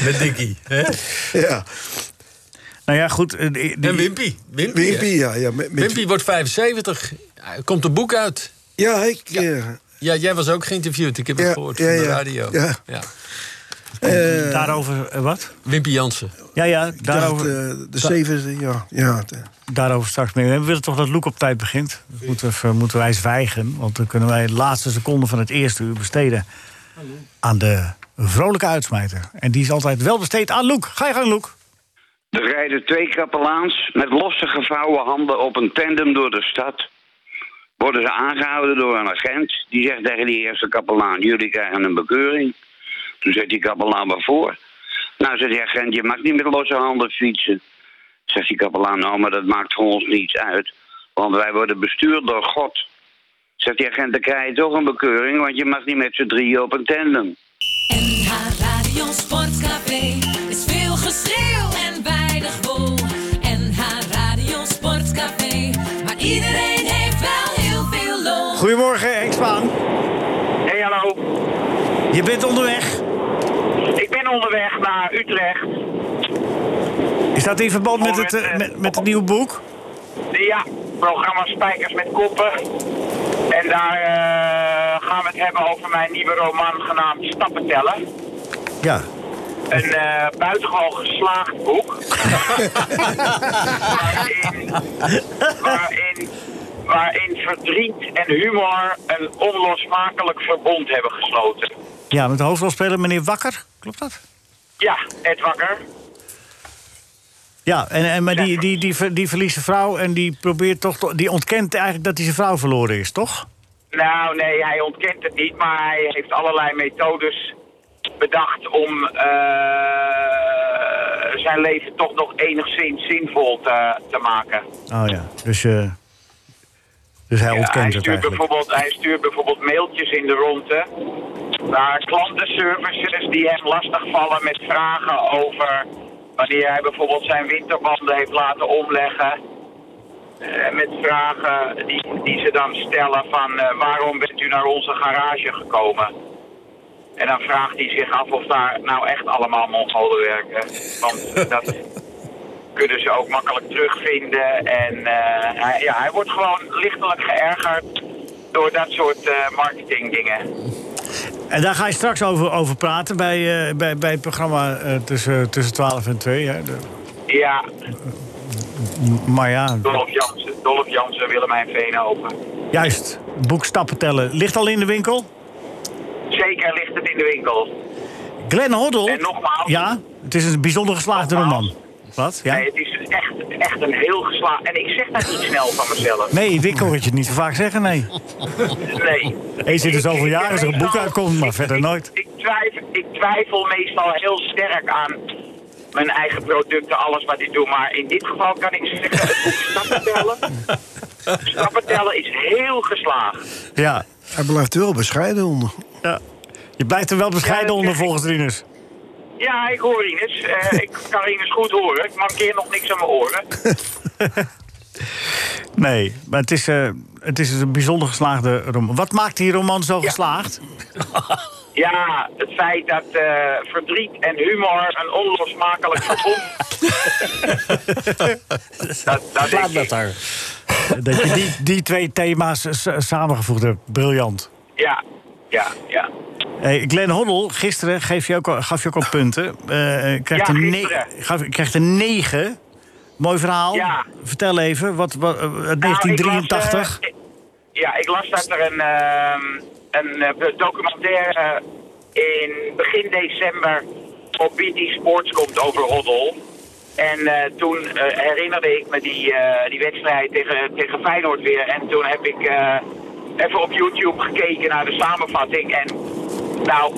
Met Dickie. ja. Nou ja, goed. eh, die- die- En Wimpy. Wimpy, Wimpy, hè. ja. ja, met, met- Wimpy wordt 75. Hij Komt een boek uit. ja, ik, eh, Ja, jij was ook geïnterviewd. Ik heb het Ja, gehoord ja, van de ja. radio. Ja. Daarover eh, wat? Wimpy Jansen. Ja, ja, dacht, daarover, eh, de zevende, ja. ja de- daarover straks meer. We willen toch dat Loek op tijd begint. Dat moeten, we, even- moeten wij zwijgen, want dan kunnen wij de laatste seconde van het eerste uur besteden aan de vrolijke uitsmijter. En die is altijd wel besteed aan Loek. Ga je gang, Loek. Er rijden twee kapelaans met losse gevouwen handen op een tandem door de stad. Worden ze aangehouden door een agent. Die zegt tegen die eerste kapelaan, jullie krijgen een bekeuring. Toen zegt die kapelaan, waarvoor? Nou, zegt die agent, je mag niet met losse handen fietsen. Zegt die kapelaan, nou, maar dat maakt voor ons niets uit. Want wij worden bestuurd door God. Zegt die agent, dan krijg je toch een bekeuring... want je mag niet met z'n drieën op een tandem. NH Radio Sportcafé is veel geschreeuw en weinig wol. NH Radio Sportcafé, maar iedereen heeft wel heel veel lol. Goedemorgen, Henk Spaan. Hey, hallo. Je bent onderweg. Ik ben onderweg naar Utrecht. Is dat in verband met het, eh, met, met het nieuwe boek? Ja, programma Spijkers met Koppen. En daar eh, gaan we het hebben over mijn nieuwe roman genaamd Stappen tellen. Ja. Een eh, buitengewoon geslaagd boek. *laughs* waarin, waarin, waarin verdriet en humor een onlosmakelijk verbond hebben gesloten. Ja, met de hoofdrolspeler meneer Wakker. Klopt dat? Ja, Ed Wakker. Ja, en, en, maar die, die, die, ver- die verliest zijn vrouw en die probeert toch, toch- die ontkent eigenlijk dat hij zijn vrouw verloren is, toch? Nou, nee, hij ontkent het niet, maar hij heeft allerlei methodes bedacht om eh, zijn leven toch nog enigszins zinvol te, te maken. Oh ja, dus, eh, dus Ja, hij hij, ontkent het stuurt eigenlijk. bijvoorbeeld, hij stuurt bijvoorbeeld mailtjes in de ronde naar klantenservices die hem lastigvallen met vragen over wanneer hij bijvoorbeeld zijn winterbanden heeft laten omleggen. Eh, met vragen die, die ze dan stellen van eh, waarom bent u naar onze garage gekomen? En dan vraagt hij zich af of daar nou echt allemaal Mongolen werken. Want dat kunnen ze ook makkelijk terugvinden. En eh, hij, ja, hij wordt gewoon lichtelijk geërgerd door dat soort eh, marketingdingen. En daar ga je straks over, over praten bij, eh, bij, bij het programma eh, tussen, tussen 12 en 2. Hè? De- Ja, m- maar ja, Dolph Jansen, Dolph Jansen Willemijn Veenhoven. juist. Het boek Stappen Tellen ligt al in de winkel. Zeker ligt het in de winkel. Glenn Hoddle. En nogmaals. Ja, het is een bijzonder geslaagde roman. Wat? Ja? Nee, het is echt, echt een heel geslaagd... En ik zeg dat niet snel van mezelf. Nee, ik hoor het je niet zo vaak zeggen, nee. *laughs* Nee. Eens in de Ik- zoveel ik- jaar als er een boek meestal- uitkomt, maar verder nooit. Ik twijfel, ik twijfel meestal heel sterk aan mijn eigen producten, alles wat ik doe. Maar in dit geval kan ik zeggen, het boek stappen tellen. Stappen tellen is heel geslaagd. Ja. Hij blijft er wel bescheiden onder. ja. Je blijft er wel bescheiden Ja, dat onder zeg ik. volgens Rinus. Ja, ik hoor Ines. Eh, ik kan Ines goed horen. Ik markeer nog niks aan mijn oren. Nee, maar het is, eh, het is een bijzonder geslaagde roman. Wat maakt die roman zo geslaagd? Ja, het feit dat eh, verdriet en humor een onlosmakelijk verbond... dat, dat denk ik. daar. Eh, Dat je die, die twee thema's s- samengevoegd hebt. Briljant. Ja, ja, ja. Hey, Glenn Hoddle, gisteren geef je ook, al- gaf je ook *laughs* al punten. Eh Ja, krijgt een ne- gisteren. gaf- krijgt een 9. Mooi verhaal. Ja. Vertel even, wat, wat, eh, uit Nou, ik las, 1983. eh, ik- ja, ik las dat er een, ehm, een eh, documentaire in begin december op BT Sports komt over Roddel. En eh, toen eh, herinnerde ik me die, eh, die wedstrijd tegen, tegen Feyenoord weer. En toen heb ik eh, even op YouTube gekeken naar de samenvatting. En nou,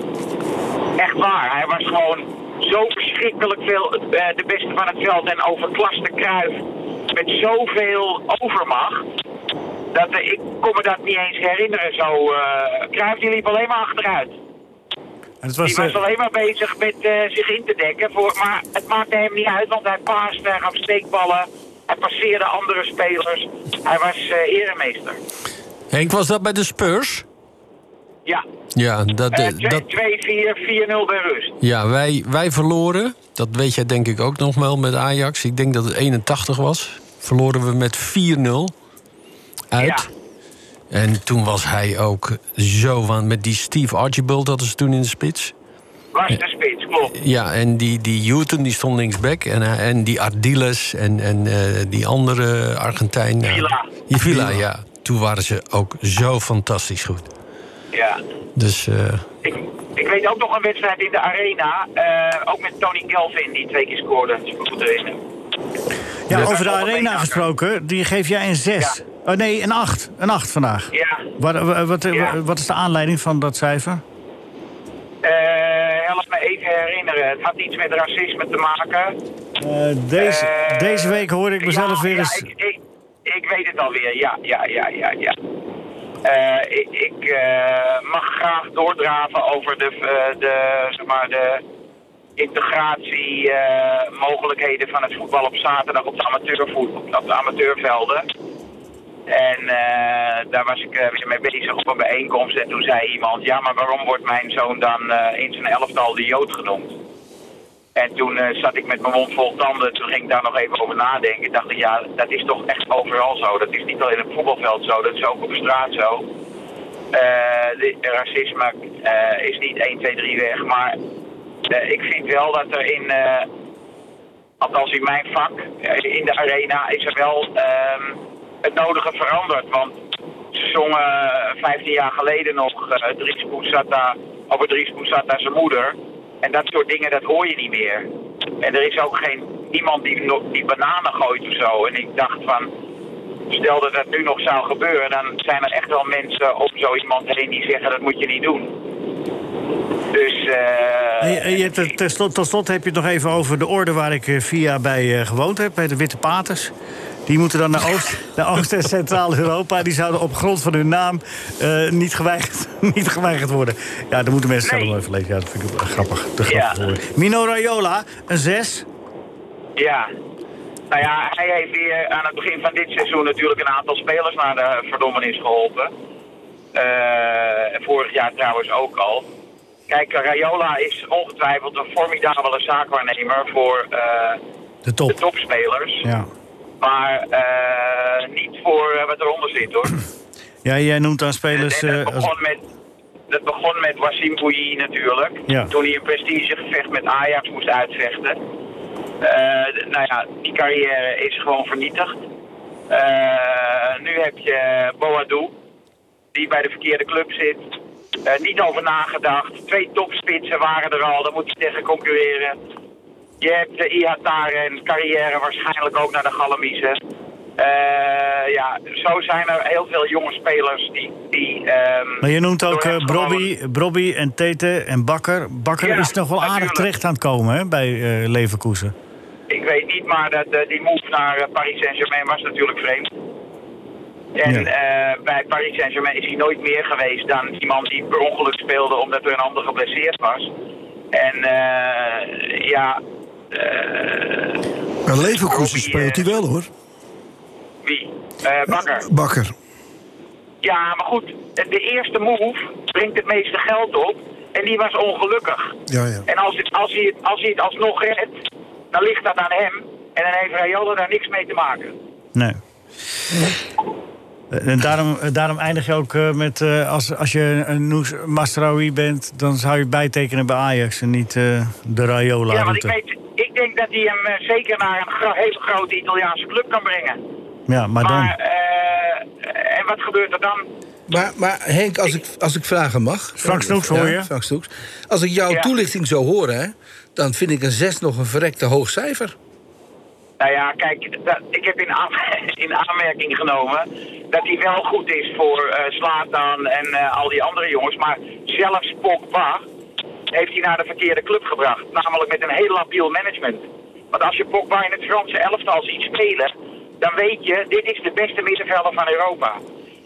echt waar. Hij was gewoon zo verschrikkelijk veel eh, de beste van het veld. En overklaste Kruif met zoveel overmacht. Dat, eh, ik kon me dat niet eens herinneren zo. eh Kruif die liep alleen maar achteruit. En het was, die was eh, alleen maar bezig met eh, zich in te dekken. Voor, maar het maakte hem niet uit, want hij paaste, hij gaf steekballen. Hij passeerde andere spelers. Hij was eh eremeester. Henk, was dat bij de Spurs? Ja, Ja, dat, Eh, eh, twee- dat, 2-4, 4-0 bij rust. ja wij, wij verloren. Dat weet jij denk ik ook nog wel met Ajax. Ik denk dat het 81 was. Verloren we met 4-0 uit. En toen was hij ook zo van... Met die Steve Archibald hadden ze toen in de spits. Was de spits, klopt. Ja, en die, die Newton die stond linksback. En, eh, en die Ardiles en, en eh, die andere Argentijn. nou, Villa. die Villa, ja. Toen waren ze ook zo fantastisch goed. Ja. Dus eh, Ik, ik weet ook nog een wedstrijd in de arena. eh, ook met Tony Kelvin, die twee keer scoorde. Dat is me goed herinneren. ja, dat- over de dat- arena dat- gesproken, die geef jij een 6. Oh, nee, een 8. Een 8 vandaag. Ja. Wat, eh, wat, eh, Ja. wat is de aanleiding van dat cijfer? Eh, help me even herinneren. Het had iets met racisme te maken. deze, Eh, deze week hoor ik mezelf ja, weer ja, eens. ik, ik, ik weet het alweer, ja, ja, ja, ja, ja. Eh, ik ik eh, mag graag doordraven over de, eh, de, zeg maar, de integratiemogelijkheden van het voetbal op zaterdag op de, amateurvoetbal, op de amateurvelden. En eh, daar was ik eh, weer mee bezig op een bijeenkomst. En toen zei iemand, ja, maar waarom wordt mijn zoon dan eh, in zijn elftal de Jood genoemd? En toen eh, zat ik met mijn mond vol tanden. Toen ging ik daar nog even over nadenken. Ik dacht, ja, dat is toch echt overal zo. Dat is niet alleen op het voetbalveld zo. Dat is ook op straat zo. Eh, de- racisme eh, is niet 1, 2, 3 weg. Maar eh, ik vind wel dat er in, eh, althans in mijn vak, eh, in de arena, is er wel ehm, het nodige veranderd. Want ze zongen eh, 15 jaar geleden nog, eh Dries Poes zat daar, over Dries Poes zat daar zijn moeder. En dat soort dingen, dat hoor je niet meer. En er is ook geen, iemand die, nog- die bananen gooit of zo. En ik dacht van, stel dat dat nu nog zou gebeuren, dan zijn er echt wel mensen om zo iemand heen die zeggen dat moet je niet doen. Dus eh, Hey, eh, je hebt het, ten slot- tot slot heb je het nog even over de orde waar ik eh, vier jaar bij eh, gewoond heb, bij de Witte Paters. Die moeten dan *laughs* naar Oost, naar Oost en Centraal-Europa. Die zouden op grond van hun naam eh, niet, geweigerd, *laughs* niet geweigerd worden. Ja, dan moeten mensen zelf wel even lezen. Ja, dat vind ik wel grappig. Te grappig voor woorden. Mino Raiola, een zes. Ja. Nou ja, hij heeft weer aan het begin van dit seizoen natuurlijk een aantal spelers naar de verdommenis geholpen. Eh, en vorig jaar trouwens ook al. Kijk, Rayola is ongetwijfeld een formidabele zaakwaarnemer voor eh, de, topspelers. Ja. Maar eh, niet voor eh, wat eronder zit hoor. Ja, jij noemt aan spelers... eh, Dat als- begon met, dat begon met Wassim Bouilly natuurlijk. Ja. Toen hij een prestigegevecht met Ajax moest uitvechten. Eh, d- nou ja, die carrière is gewoon vernietigd. Eh, nu heb je Boadou, die bij de verkeerde club zit. Eh, niet over nagedacht. Twee topspitsen waren er al, daar moet je tegen concurreren. Je hebt de Ihataren, carrière waarschijnlijk ook naar de Galamiezen. Eh, ja, zo zijn er heel veel jonge spelers die... die ehm, Maar je noemt ook door eh, hem Brobby, Brobby en Tete en Bakker. Bakker Ja, is nog wel aardig natuurlijk. terecht aan het komen hè, bij eh, Leverkusen. Ik weet niet, maar dat, eh, die move naar eh, Paris Saint-Germain was natuurlijk vreemd. En eh, bij Paris Saint-Germain is hij nooit meer geweest dan iemand die per ongeluk speelde omdat er een ander geblesseerd was. En eh, ja, eh, Maar Leverkusen speelt hij wel, hoor. wie? Eh, Bakker. Bakker. Ja, maar goed, de eerste move brengt het meeste geld op en die was ongelukkig. Ja, ja. En als, het, als, hij het, als hij het alsnog redt, dan ligt dat aan hem en dan heeft Rayola daar niks mee te maken. Nee. Eh, En daarom, eh, daarom eindig je ook eh, met... eh, als, als je een Noes Masraoui bent, dan zou je bijtekenen bij Ajax... en niet eh, de Raiola Ja, want ik route. weet, ik denk dat hij hem eh, zeker naar een gro- hele grote Italiaanse club kan brengen. Ja, maar dan... Eh, en wat gebeurt er dan? Maar, maar Henk, als ik, als ik vragen mag. Frank Snoeks, hoor je? Ja, Frank Snoeks. Als ik jouw toelichting zou horen, hè, dan vind ik een 6 nog een verrekte hoog cijfer. Nou ja, kijk, dat, ik heb in, aan- *laughs* in aanmerking genomen dat hij wel goed is voor eh Slatan en eh, al die andere jongens. Maar zelfs Pogba heeft hij naar de verkeerde club gebracht. Namelijk met een heel labiel management. Want als je Pogba in het Franse elftal ziet spelen, dan weet je, dit is de beste middenvelder van Europa.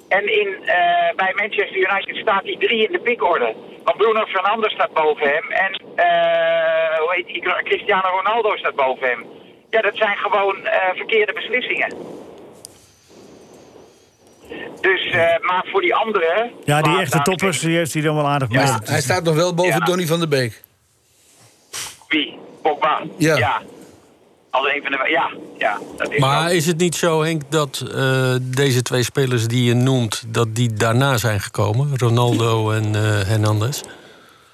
En in, eh, bij Manchester United staat hij drie in de pickorde. Want Bruno Fernandes staat boven hem en eh, hoe heet die, Cristiano Ronaldo staat boven hem. Ja, dat zijn gewoon eh, verkeerde beslissingen. Dus, eh, maar voor die anderen... Ja, die echte Zlatan, toppers, die heeft hij dan wel aardig mee. hij staat nog wel boven Donny van der Beek. Wie? Pogba? Ja. Als een van de... Ja, ja. Dat is Maar zo. is het niet zo, Henk, dat eh, deze twee spelers die je noemt... dat die daarna zijn gekomen? Ronaldo en eh Hernandez?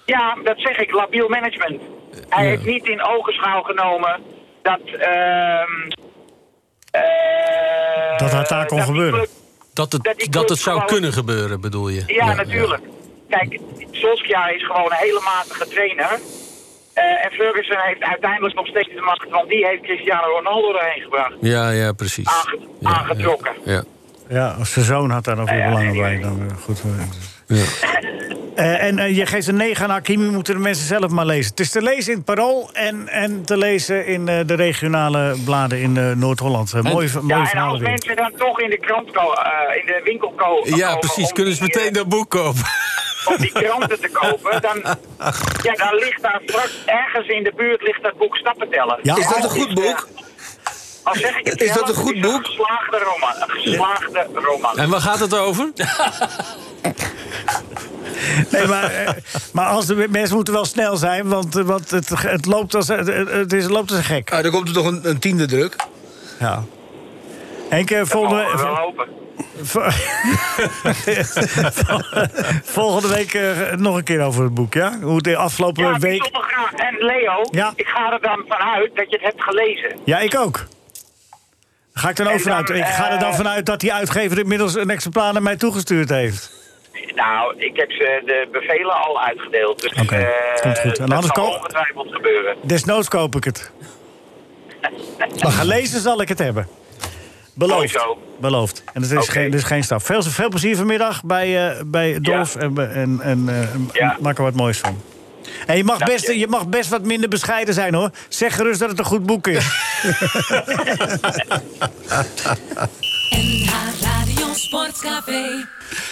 Ja, dat zeg ik, labiel management. Hij heeft niet in ogenschouw genomen dat... ehm, eh, dat had daar kon gebeuren. Dat het, dat het zou gewoon- kunnen gebeuren, bedoel je? Ja, natuurlijk. Kijk, Solskjaer is gewoon een hele matige trainer. Eh, en Ferguson heeft uiteindelijk nog steeds de macht, want die heeft Cristiano Ronaldo erheen gebracht. Ja, ja, precies. Aange- aangetrokken. Ja. Ja, als zijn zoon had daar nog weer belangen bij. Dan, eh, goed, eh. Eh, en eh, je geeft een 9 aan Hakimi, moeten de mensen zelf maar lezen. Het is te lezen in het Parool en, en te lezen in eh, de regionale bladen in eh, Noord-Holland. Eh, Mooi, ja, mooi en verhaal als weer. mensen dan toch in de krant ko- eh, in de winkel ko- komen. Ja, precies. om Kunnen ze die, eh, meteen dat boek kopen? om die kranten te kopen, dan, ja, dan ligt daar straks ergens in de buurt ligt dat boek stappen tellen. eh, Ja. Is dat een goed boek? Al zeg ik het Is dat zelf, een goed het is boek? Een geslaagde roman. Een geslaagde roman. En waar gaat het over? Nee, maar, eh, maar als de mensen moeten wel snel zijn, want, eh, want het, het, loopt als, het, het is, het loopt als een gek. Ah, er komt er toch een, een tiende druk. Ja. Henk, eh, volgende, mogen we wel vol- hopen. vol- volgende week eh, nog een keer over het boek, ja? Hoe het de afgelopen Ja, week... bijzonder graag. En Leo, Ja. ik ga er dan vanuit dat je het hebt gelezen. Ja, ik ook. Ga ik dan ook En dan, vanuit? Ik ga er dan eh, vanuit dat die uitgever inmiddels een exemplaar naar mij toegestuurd heeft. Nou, ik heb ze de bevelen al uitgedeeld. Dus Oké, eh, komt goed. En dat anders zal ko- ongetwijfeld gebeuren. Desnoods koop ik het. Maar gelezen zal ik het hebben. Mooi Beloofd. zo. Beloofd. En dat is, Oké. geen, dat is geen stap. Veel, veel plezier vanmiddag bij, eh bij Dolf. En, bij- en, en eh, Ja. maak er wat moois van. En je mag, Dank best, je. je mag best wat minder bescheiden zijn hoor. Zeg gerust dat het een goed *laughs* boek is. NH Radio Sportcafé.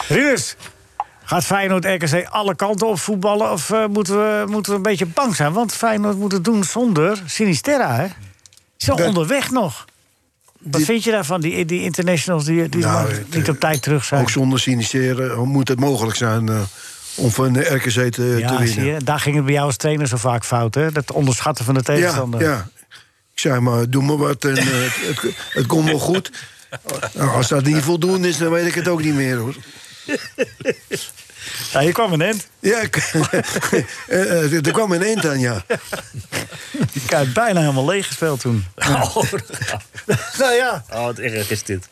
Rinus, gaat Feyenoord RKC alle kanten op voetballen? Of eh, moeten, we, moeten we een beetje bang zijn? Want Feyenoord moet het doen zonder Sinisterra hè? Zo Dat- onderweg nog. Wat vind je daarvan, die, die internationals die, die Nou, nog het, *laughs* niet op tijd terug zijn? Ook zonder siniseren moet het mogelijk zijn eh, om van de RKC te, te Ja, winnen. zie je, daar ging het bij jou als trainer zo vaak fout, hè? Dat onderschatten van de tegenstander. Ja, ja. Ik zei maar, doe maar wat en eh, het, het, het komt wel goed. Nou, als dat niet voldoende is, dan weet ik het ook niet meer hoor. Ja, je kwam een end. Ja, ik- *laughs* eh, eh, er kwam een eind aan, ja. Je had bijna helemaal leeg gespeeld toen. Oh, *laughs* nou ja, wat erg is dit.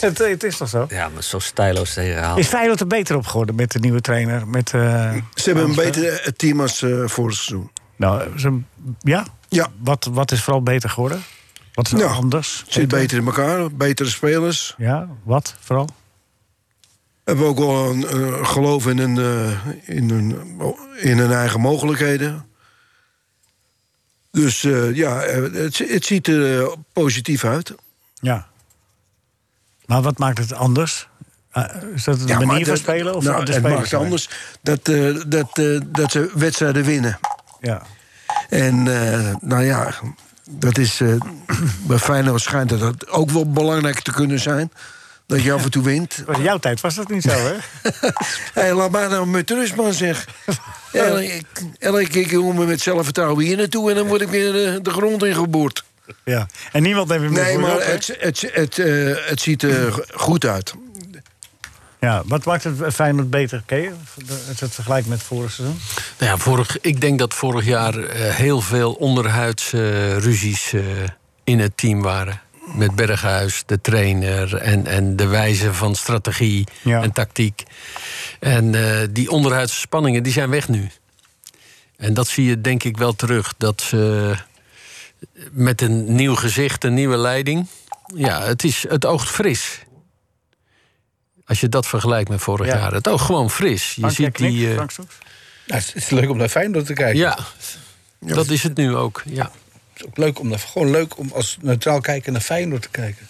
het, het is toch zo. Ja, maar zo stijloos te herhalen. Is Feyenoord er beter op geworden met de nieuwe trainer? Met, eh, Ze hebben een beter eh, team als eh vorig seizoen. nou, ze- ja? Ja. Wat, wat is vooral beter geworden? Wat is er Ja, anders? Zit beter in elkaar, betere spelers. Ja, wat vooral? Hebben ook wel een eh, geloof in hun, eh, in, hun, in hun eigen mogelijkheden. Dus eh, ja, eh, het, het ziet er eh, positief uit. Ja. Maar wat maakt het anders? Eh, is dat de Ja, manier maar van dat- spelen? Of nou, de het spelers maakt erbij? anders dat, eh, dat, eh, dat ze wedstrijden winnen. Ja. En eh, nou ja, dat *clears throat* is, eh, bij Feyenoord schijnt dat, dat ook wel belangrijk te kunnen zijn. Dat je af en toe wint. Was in jouw tijd was dat niet zo, *laughs* hè? Hé, laat mij nou met rust, man, zeg. Elke, elke keer komen we met zelfvertrouwen hier naartoe... en dan word ik weer eh, de grond ingeboord. ja. En niemand heeft hem meer Nee, voor je op, maar hè? het, het, het, eh, het ziet er goed uit. Ja, wat maakt het Feyenoord beter, Kees? Als je het vergelijkt met vorig seizoen? Nou ja, vorig, ik denk dat vorig jaar eh, heel veel onderhuidse ruzies eh, in het team waren. Met Berghuis, de trainer en, en de wijze van strategie Ja. en tactiek. En eh, die onderhuidse spanningen die zijn weg nu. En dat zie je denk ik wel terug. Dat ze met een nieuw gezicht, een nieuwe leiding. Ja, het, is, het oogt fris. Als je dat vergelijkt met vorig Ja. jaar. Het oogt gewoon fris. Je Frank, jij ziet die. knikt, eh, Frank Soeks? Nou, het, is, het is leuk om naar Feyenoord te kijken. ja, dat is het nu ook. Ja. Het is ook leuk om naar, gewoon leuk om als neutraal kijker naar Feyenoord te kijken.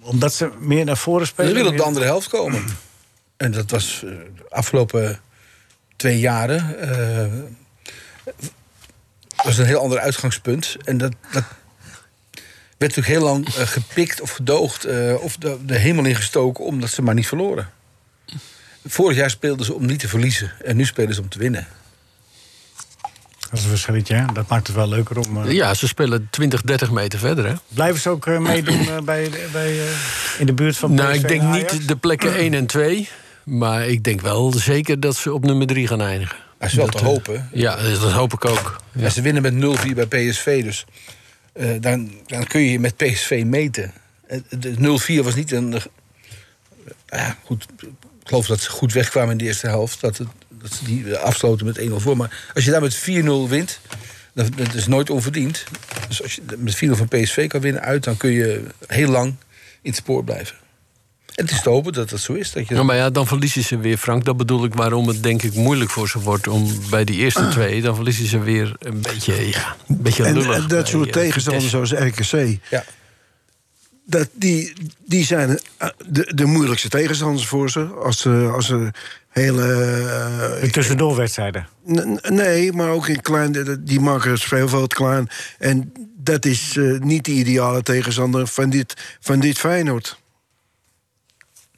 Omdat ze meer naar voren spelen? Ze willen op de meer- andere helft komen. En dat was eh, de afgelopen twee jaren... eh was een heel ander uitgangspunt. En dat, dat werd natuurlijk heel lang eh, gepikt of gedoogd... eh, of de, de hemel ingestoken omdat ze maar niet verloren. Vorig jaar speelden ze om niet te verliezen. En nu spelen ze om te winnen. Dat is een verschilletje, hè? Dat maakt het wel leuker om... eh, ja, ze spelen 20, 30 meter verder. Hè? Blijven ze ook eh, meedoen eh, bij, de- bij, eh, in de buurt van Nou, PSV ik denk en Ajax? niet de *clears throat* plekken 1 en 2. Maar ik denk wel zeker dat ze op nummer 3 gaan eindigen. Maar ze wel Dat, te eh, hopen. Ja, dat hoop ik ook. Ja, ze winnen met 0-4 bij PSV, dus eh, dan, dan kun je je met PSV meten. Eh, De 0-4 was niet een... eh, ja, goed, ik geloof dat ze goed wegkwamen in de eerste helft. Dat, het- dat ze die eh, afsloten met 1-0 voor. Maar als je daar met 4-0 wint, dan, dat is nooit onverdiend. Dus als je met 4-0 van PSV kan winnen uit... dan kun je heel lang in het spoor blijven. En het is te hopen dat dat zo is. Dat je Ja, Nou, maar ja, dan verliezen ze weer, Frank. Dat bedoel ik waarom het denk ik moeilijk voor ze wordt. Om bij die *clears throat* eerste twee, dan verliezen ze weer een beetje, ja, een beetje En, lullig. en bij, dat soort eh, tegenstanders Vitesse. zoals RKC... ja. Dat die, die zijn eh, de, de moeilijkste tegenstanders voor ze. Als ze, als ze hele... eh, De tussendoorwedstrijden. N- n- Nee, maar ook in klein. de- Die maken het speelveld klein. En dat is eh, niet de ideale tegenstander van dit, van dit Feyenoord.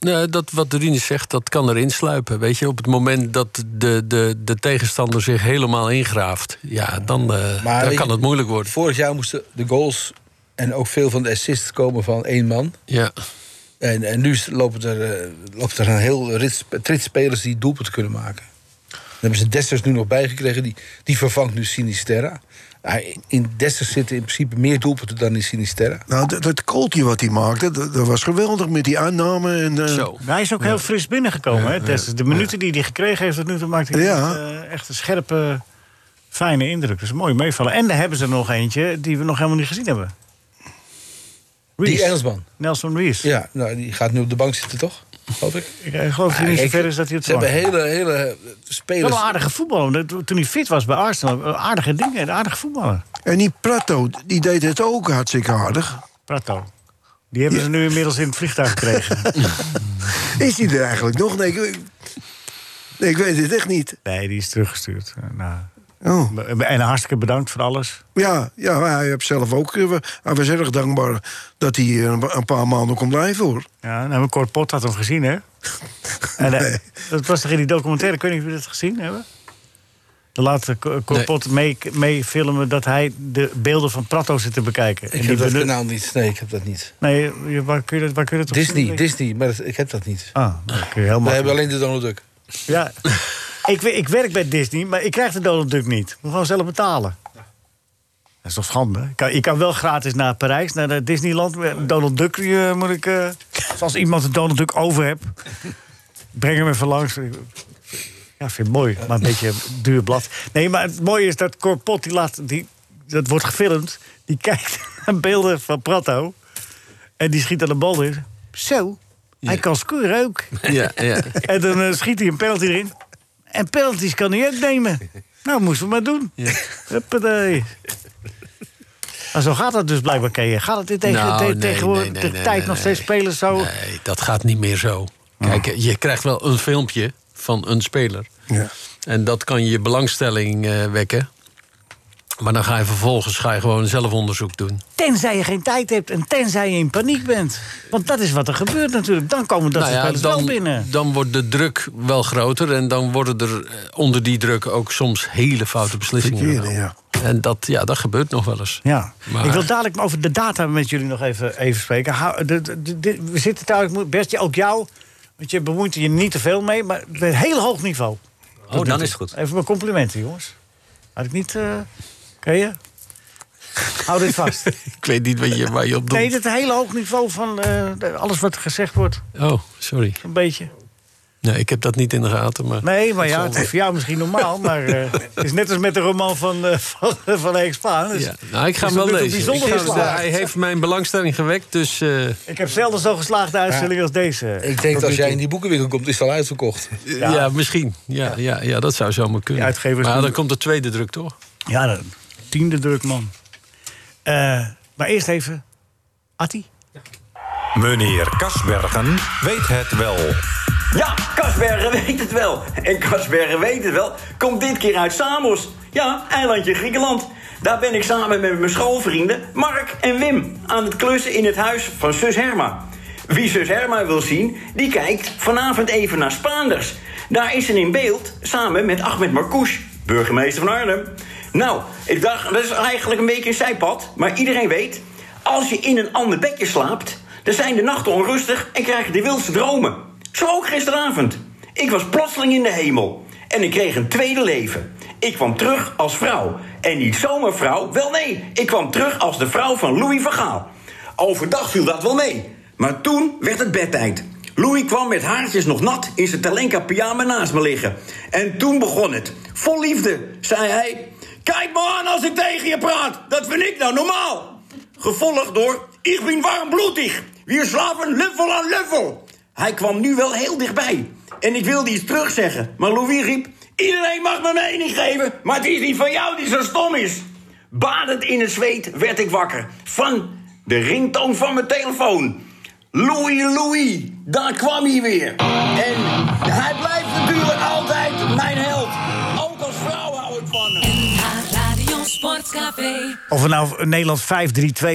Nee, dat wat Rinus zegt, dat kan erin sluipen. Weet je, op het moment dat de, de, de tegenstander zich helemaal ingraaft, ja, dan, eh, Maar dan weet kan je, het moeilijk worden. Vorig jaar moesten de goals en ook veel van de assists komen van één man. Ja. En, en nu is- lopen er, eh, loopt er een heel rits, trits spelers die doelpunt kunnen maken. Dan hebben ze Dessers nu nog bijgekregen. Die, die vervangt nu Sinisterra. Hij- In Dessers zitten in principe meer doelpunten dan in Sinisterra. Nou, dat, dat kooltje wat hij maakte, dat, dat was geweldig met die aanname. En, eh, Hij is ook heel fris binnengekomen. hè, Tess? de minuten die hij gekregen heeft tot nu toe maakt hij Ja. eh, echt een scherpe, fijne indruk. Dus mooi meevallen. En daar hebben ze er nog eentje die we nog helemaal niet gezien hebben. Die Engelsman. Nelson Rees. Ja, nou, die gaat nu op de bank zitten, toch? Geloof ik. Ik eh, geloof dat hij niet Ah, zo kijk, ver is dat hij het Ze hebben verwacht. hele, hele spelers... Wel een aardige voetballer. Dat- Toen hij fit was bij Arsenal, eh, aardige dingen. Een aardige voetballer. En die Prato, die deed het ook hartstikke aardig. Prato. Die hebben ze nu inmiddels in het vliegtuig gekregen. *laughs* Is die er eigenlijk nog? Nee, ik, nee, ik weet het echt niet. nee, die is teruggestuurd. Eh, Nou. Oh. En hartstikke bedankt voor alles. Ja, ja maar hij heeft zelf ook. eh, Hij was erg dankbaar dat hij eh, een pa- een paar maanden kon blijven hoor. Ja, nou, mijn Cor Pot had hem gezien, hè? En, eh, Dat was toch in die documentaire, ik weet niet of jullie dat gezien hebben? Dan laat eh, Cor Cor Nee. Pot mee, mee filmen dat hij de beelden van Prato zit te bekijken. En Ik die heb dat benut- kanaal niet. Nee, ik heb dat niet. Nee, je- waar kun je dat, waar kun je dat op Disney, zien? Disney. Maar dat- ik heb dat niet. Ah, nou, kun je heel We hebben makkelijk. alleen de Donald Duck. Ja. ik, we- ik werk bij Disney, maar ik krijg de Donald Duck niet. Ik moet gewoon zelf betalen. Dat is toch schande? Ik kan, ik kan wel gratis naar Parijs, naar eh, Disneyland. Eh, Donald Duck eh, moet ik... eh, dus als iemand een Donald Duck over hebt, breng hem even langs. Ja, ik vind het mooi, maar een beetje een duur blad. Nee, maar het mooie is dat Corpot, die laat, die, dat wordt gefilmd... die kijkt *laughs* naar beelden van Prato en die schiet aan de bal in. Zo, hij kan scoren ook. *laughs* Ja, ja. En dan eh, schiet hij een penalty erin. En penalties kan hij ook nemen. Nou, moesten we maar doen. Huppatee. Maar zo gaat dat dus blijkbaar, ken je. Gaat het in tegen, Nou, te- nee, tegenwoordig nee, nee, de nee, tijd nee, nog steeds spelen zo? Nee, dat gaat niet meer zo. Kijk, je krijgt wel een filmpje van een speler. Ja. En dat kan je belangstelling eh, wekken. Maar dan ga je vervolgens ga je gewoon zelf onderzoek doen. Tenzij je geen tijd hebt en tenzij je in paniek bent. Want dat is wat er gebeurt natuurlijk. Dan komen dat Nou soort ja, spelers wel binnen. dan wordt de druk wel groter. En dan worden er eh, onder die druk ook soms hele foute beslissingen Verkeerde, genomen. En dat, ja, dat gebeurt nog wel eens. Ja. Maar- Ik wil dadelijk over de data met jullie nog even, even spreken. Hou- de- de- de- de- we zitten trouwens, best ook jou, want je bemoeit je niet te veel mee, maar op een heel hoog niveau. Oh, dan is het goed. Even mijn complimenten, jongens. Had ik niet. eh ken je? Hou dit vast. *laughs* Ik weet niet wat je, waar je op doet. Nee, het hele hoog niveau van eh, de- alles wat er gezegd wordt, Oh, sorry. een beetje. Nee, ik heb dat niet in de gaten. Maar... Nee, maar ja, het is voor jou misschien normaal, maar eh, het is net als met de roman van, eh van, van Henk Spaan. Dus *laughs* Ja, nou, ik ga is hem wel tot nu toe lezen. bijzonder Ik geef- geslaagd. hij heeft mijn belangstelling gewekt, dus... eh, Ik heb zelden zo'n geslaagde uitzending als deze. Ik denk dat als jij in die boekenwinkel komt, is het al uitverkocht. ja. misschien. Ja, ja, ja, dat zou zomaar kunnen. Die uitgevers maar doen- dan komt de tweede druk, toch? Ja, de tiende druk, man. Eh, maar eerst even, Atti. Meneer Kasbergen weet het wel. Ja, Kasbergen weet het wel. En Kasbergen weet het wel. Komt dit keer uit Samos. Ja, eilandje Griekenland. Daar ben ik samen met mijn schoolvrienden Mark en Wim aan het klussen in het huis van zus Herma. Wie zus Herma wil zien, die kijkt vanavond even naar Spaanders. Daar is ze in beeld samen met Ahmed Marcouch, burgemeester van Arnhem. Nou, ik dacht, dat is eigenlijk een beetje een zijpad, maar iedereen weet... als je in een ander bedje slaapt, dan zijn de nachten onrustig en krijg je de wildste dromen. Zo ook gisteravond. Ik was plotseling in de hemel. En ik kreeg een tweede leven. Ik kwam terug als vrouw. En niet zomaar vrouw, wel nee. Ik kwam terug als de vrouw van Louis van Gaal. Overdag viel dat wel mee. Maar toen werd het bedtijd. Louis kwam met haartjes nog nat in zijn Talenka pyjama naast me liggen. En toen begon het. Vol liefde, zei hij. Kijk me aan als ik tegen je praat. Dat vind ik nou normaal. Gevolgd door Ik ben warmbloedig. Wir slaven level aan level. Hij kwam nu wel heel dichtbij. En ik wilde iets terugzeggen. Maar Louis riep: Iedereen mag mijn mening geven, maar het is niet van jou die zo stom is. Badend in het zweet werd ik wakker van de ringtoon van mijn telefoon. Louis, Louis, daar kwam hij weer. En hij blijft natuurlijk altijd mijn held. Ook als vrouw hou ik van hem. NH Radio Sportcafé. Of we nou Nederland 5-3-2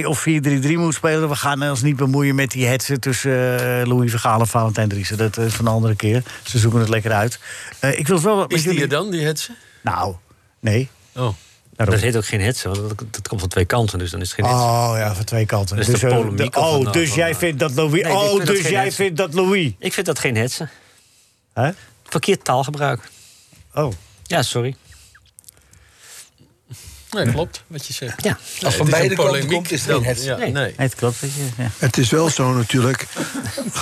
of 4-3-3 moeten spelen... we gaan ons niet bemoeien met die hetze tussen eh, Louis Vergaal en Valentijn Driessen. Dat eh, is van de andere keer. Ze zoeken het lekker uit. Eh, ik wil het wel wat met Is die jullie- er dan, die hetze? Nou, nee. Nou, Oh. Daarom. Dat heet ook geen hetze, want dat, dat komt van twee kanten, dus dan is het geen hetze. Oh ja, van twee kanten. Dus de eh, polemiek of oh, wat nou, dus van, jij eh, vindt dat Louis... Nee, ik oh, vind dat dus geen jij hetze. vindt dat Louis... Ik vind dat geen hetze. Hè? Verkeerd taalgebruik. Oh. Ja, sorry. Nee, klopt wat je zegt. Ja. Nee, van het is beide een kanten polemiek komt, is het dan. geen hetze. Ja, Nee. nee. Het klopt, weet je. Ja. Het is wel *laughs* zo natuurlijk.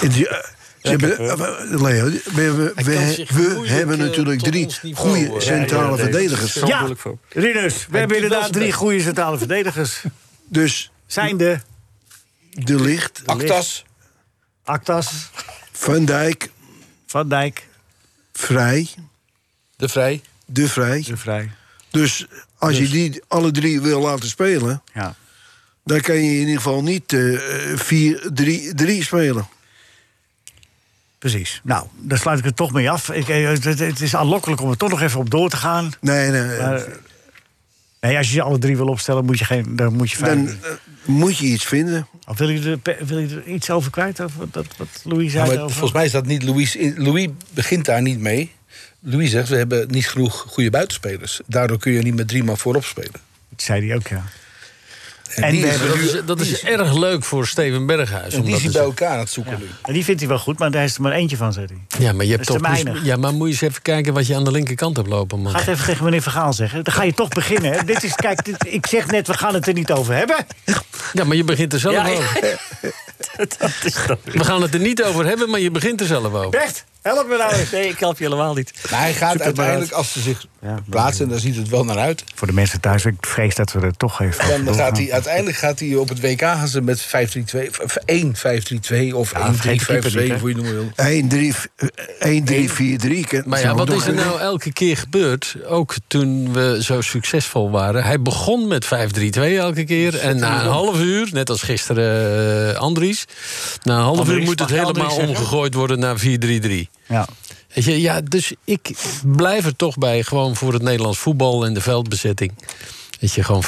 Die, eh, ze hebben- eh, Leo, we, we, Hij we- kan zich we moeilijk, hebben eh, natuurlijk tot drie ons niveau, goede eh, centrale ja, ja, nee, verdedigers. zo Ja, moeilijk voor. Rinus, we hebben doet wel inderdaad zijn drie best. goede centrale verdedigers. Dus Zijn de de Licht, Actas, Actas, Van Dijk, Van Dijk, Vrij, De Vrij. De Vrij. De Vrij. Dus als je die alle drie wil laten spelen, Ja. dan kan je in ieder geval niet eh 4-3-3 spelen. Precies. Nou, daar sluit ik het toch mee af. Ik, eh, het, het is aanlokkelijk om er toch nog even op door te gaan. Nee, nee. Maar, nee, als je ze alle drie wil opstellen, moet je, geen, dan moet je dan vijf. doen. eh, moet je iets vinden. Of wil, je er, pe- wil je er iets over kwijt? Of wat, dat- wat Louis Ja, zei maar over? volgens mij is dat niet Louis. Louis begint daar niet mee. Louis zegt, we hebben niet genoeg goede buitenspelers. Daardoor kun je niet met drie man voorop spelen. Dat zei hij ook, ja. En, die die, is- Dat is, dat is erg leuk voor Steven Berghuis. En om dat die is hij te bij zeggen. elkaar aan het zoeken nu. en die vindt hij wel goed, maar daar is er maar eentje van, zei hij. Ja, maar je hebt Dat toch. is te moest- weinig. ja, maar moet je eens even kijken wat je aan de linkerkant hebt lopen, man. Ga het even tegen meneer Vergaal zeggen. Dan ga je toch beginnen. Hè? Dit is, kijk, dit- ik zeg net, we gaan het er niet over hebben. Ja, maar je begint er zelf Ja, ja. over. Dat is dan... We gaan het er niet over hebben, maar je begint er zelf over. Bert, help me nou eens. Nee, ik help je helemaal niet. Maar hij gaat uiteindelijk, als ze zich plaatsen, en daar ziet het wel naar uit... Voor de mensen thuis, ik vrees dat we er toch even over dan gaat doorgaan. hij, uiteindelijk gaat hij op het WK gaan ze met 5-3-2, 1-5-3-2 of 1-3-5-2, vergeet de keeper niet, hè. hoe je het noemen wil. 1-3-4-3. Maar ja, wat is er nou elke keer gebeurd? Ook toen we zo succesvol waren. Hij begon met 5-3-2 elke keer. En na een half uur, net als gisteren eh, Andries. Na een half Andries, uur moet mag het je Andries helemaal zeggen? omgegooid worden naar 4-3-3. Ja. Weet je, Ja, dus ik blijf er toch bij. Gewoon voor het Nederlands voetbal en de veldbezetting. Dat je gewoon 4-3-3.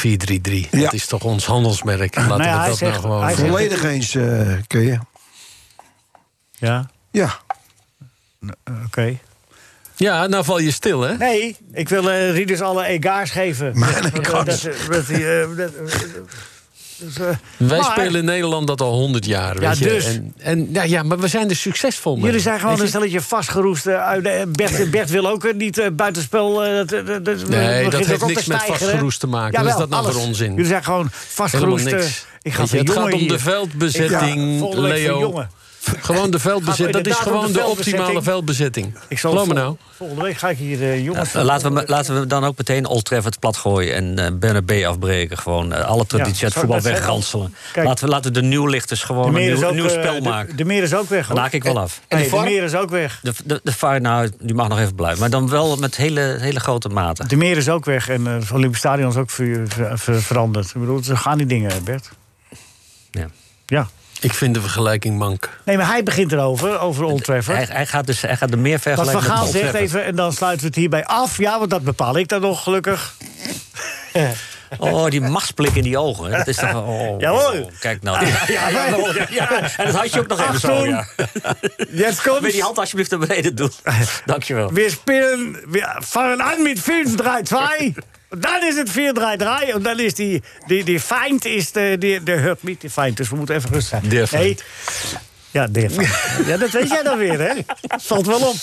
Ja. Dat is toch ons handelsmerk. Laten ja, hij we dat zegt- nou gewoon... hij zegt- Volledig eens, eh kun je. Ja, Ja. oké. Ja, nou val je stil, hè? Nee, ik wil eh Rieders alle egaars geven. Maar Dat- nee, dat- gans. dat- dat- eh, dat- dus, eh, Wij maar spelen in Nederland dat al 100 jaar. Ja, weet je. dus. En, en, ja, ja, maar we zijn er succesvol mee. Jullie zijn gewoon een Weet je? stelletje vastgeroeste. uit- eh, Bert, Bert wil ook eh, niet eh, buitenspel. eh, dat- dat, dat, Nee, begint dat ook heeft al te niks met stijgen, hè? vastgeroest te maken. Wat is Jawel, dat nou voor alles. onzin? Jullie zijn gewoon Helemaal vastgeroeste. niks. Ik Weet je, ga voor het jongen gaat om hier. de Ik veldbezetting, ga volgende week voor Leo. jongen. Gewoon *laughs* de veldbezetting. Dat is inderdaad om gewoon de de veldbezetting. optimale veldbezetting. Ik zal Geloof me vol- nou. Volgende week ga ik hier eh, jongens... Ja, laten, we, laten we dan ook meteen Old Trafford platgooien en eh Bernabé afbreken. Gewoon eh, alle traditie Ja, uit zou ik voetbal net zeggen. wegranselen. Kijk. Laten we, laten we de nieuwlichters de gewoon een meer is nieuw, ook, nieuw eh, spel de- maken. De meer is ook weg, hoor. Dan haak ik wel af. En Nee, de de VAR? meer is ook weg. De, de, de VAR, nou, die mag nog even blijven. Maar dan wel met hele, hele grote mate. De meer is ook weg en eh, het Olympisch Stadion is ook ver- ver- ver- veranderd. Ik bedoel, ze gaan die dingen, eh, Bert. Ja. Ja. Ik vind de vergelijking mank. Nee, maar hij begint erover, over Old Hij, Trafford. hij, gaat dus, hij gaat de meer Wat vergelijken met Vergaal Old zegt Trafford. even, en dan sluiten we het hierbij af. Ja, want dat bepaal ik dan *laughs* nog, gelukkig. Oh, die machtsblik in die ogen. hè. Dat is toch... *laughs* Oh, Ja, hoor. oh, kijk nou. Ja, ja, ja, ja, ja. En dat had je ook nog even zo. Achtung. Ja. Jetzt Wil je die komt. hand alsjeblieft naar beneden *laughs* doen? Dankjewel. We spelen, we vangen aan met 5-3-2. En Dan is het 4-3-3. En dan is die, die, die feind, is de, die, de hurt niet de feind. Dus we moeten even rustig zijn. Der Feind. Nee. Ja, der feind. Ja, dat weet jij dan weer, hè? Valt wel op.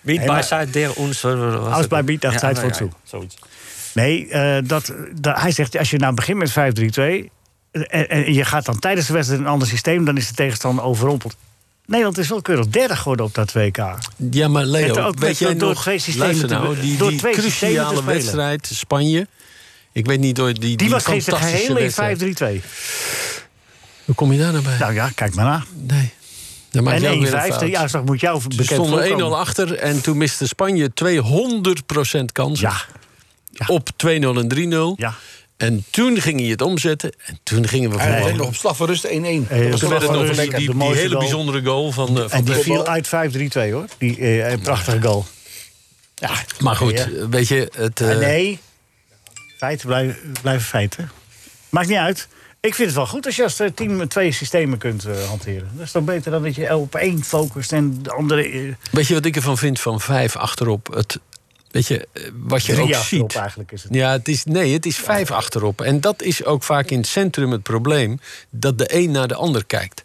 Wie maar- bij zijn der ons... Als Als bij Biet, dat zei het voor toe. nou Zoiets. Nee, eh, dat, dat- hij zegt, als je nou begint met 5-3-2... En, en je gaat dan tijdens de wedstrijd in een ander systeem... dan is de tegenstander overrompeld. Nederland is wel keurig derde geworden op dat WK. Ja, maar Het Leo, ook weet met- jij door nog... twee systemen luister te be- nou, die, door die twee systemen te cruciale spelen. wedstrijd Spanje... Ik weet niet, hoor, die, die, Die, was geen fantastische geheel in wedstrijd. 5-3-2. Hoe kom je daar nou bij? Nou ja, kijk maar na. Nee. Dan maak je ook En weer een 1-5, fout. ja, dat moet jou Ze bekend stonden 1-0 voorkomen. achter en toen miste Spanje 200% kans Ja, op 2-0 en 3-0. ja. En toen ging hij het omzetten en toen gingen we Hij heeft nog gewoon. op slag voor rust 1-1. Eh, Dat Toen toen was werd nog het wel nog eens die, de die, die mooiste hele goal. bijzondere goal van, eh, van En die de- viel uit 5-3-2, hoor. Die eh, prachtige goal. Maar goed, Ja. weet je, het, eh, Ah, nee, 5-3-2 Feiten blijven, blijven feiten. Maakt niet uit. Ik vind het wel goed als je als eh, team met twee systemen kunt eh, hanteren. Dat is dan beter dan dat je op één focust en de andere... eh, Weet je wat ik ervan vind van vijf achterop? Het, weet je, eh, wat je drie ook achterop ziet. eigenlijk is het. Ja, het is, nee, het is vijf achterop. En dat is ook vaak in het centrum het probleem... dat de een naar de ander kijkt.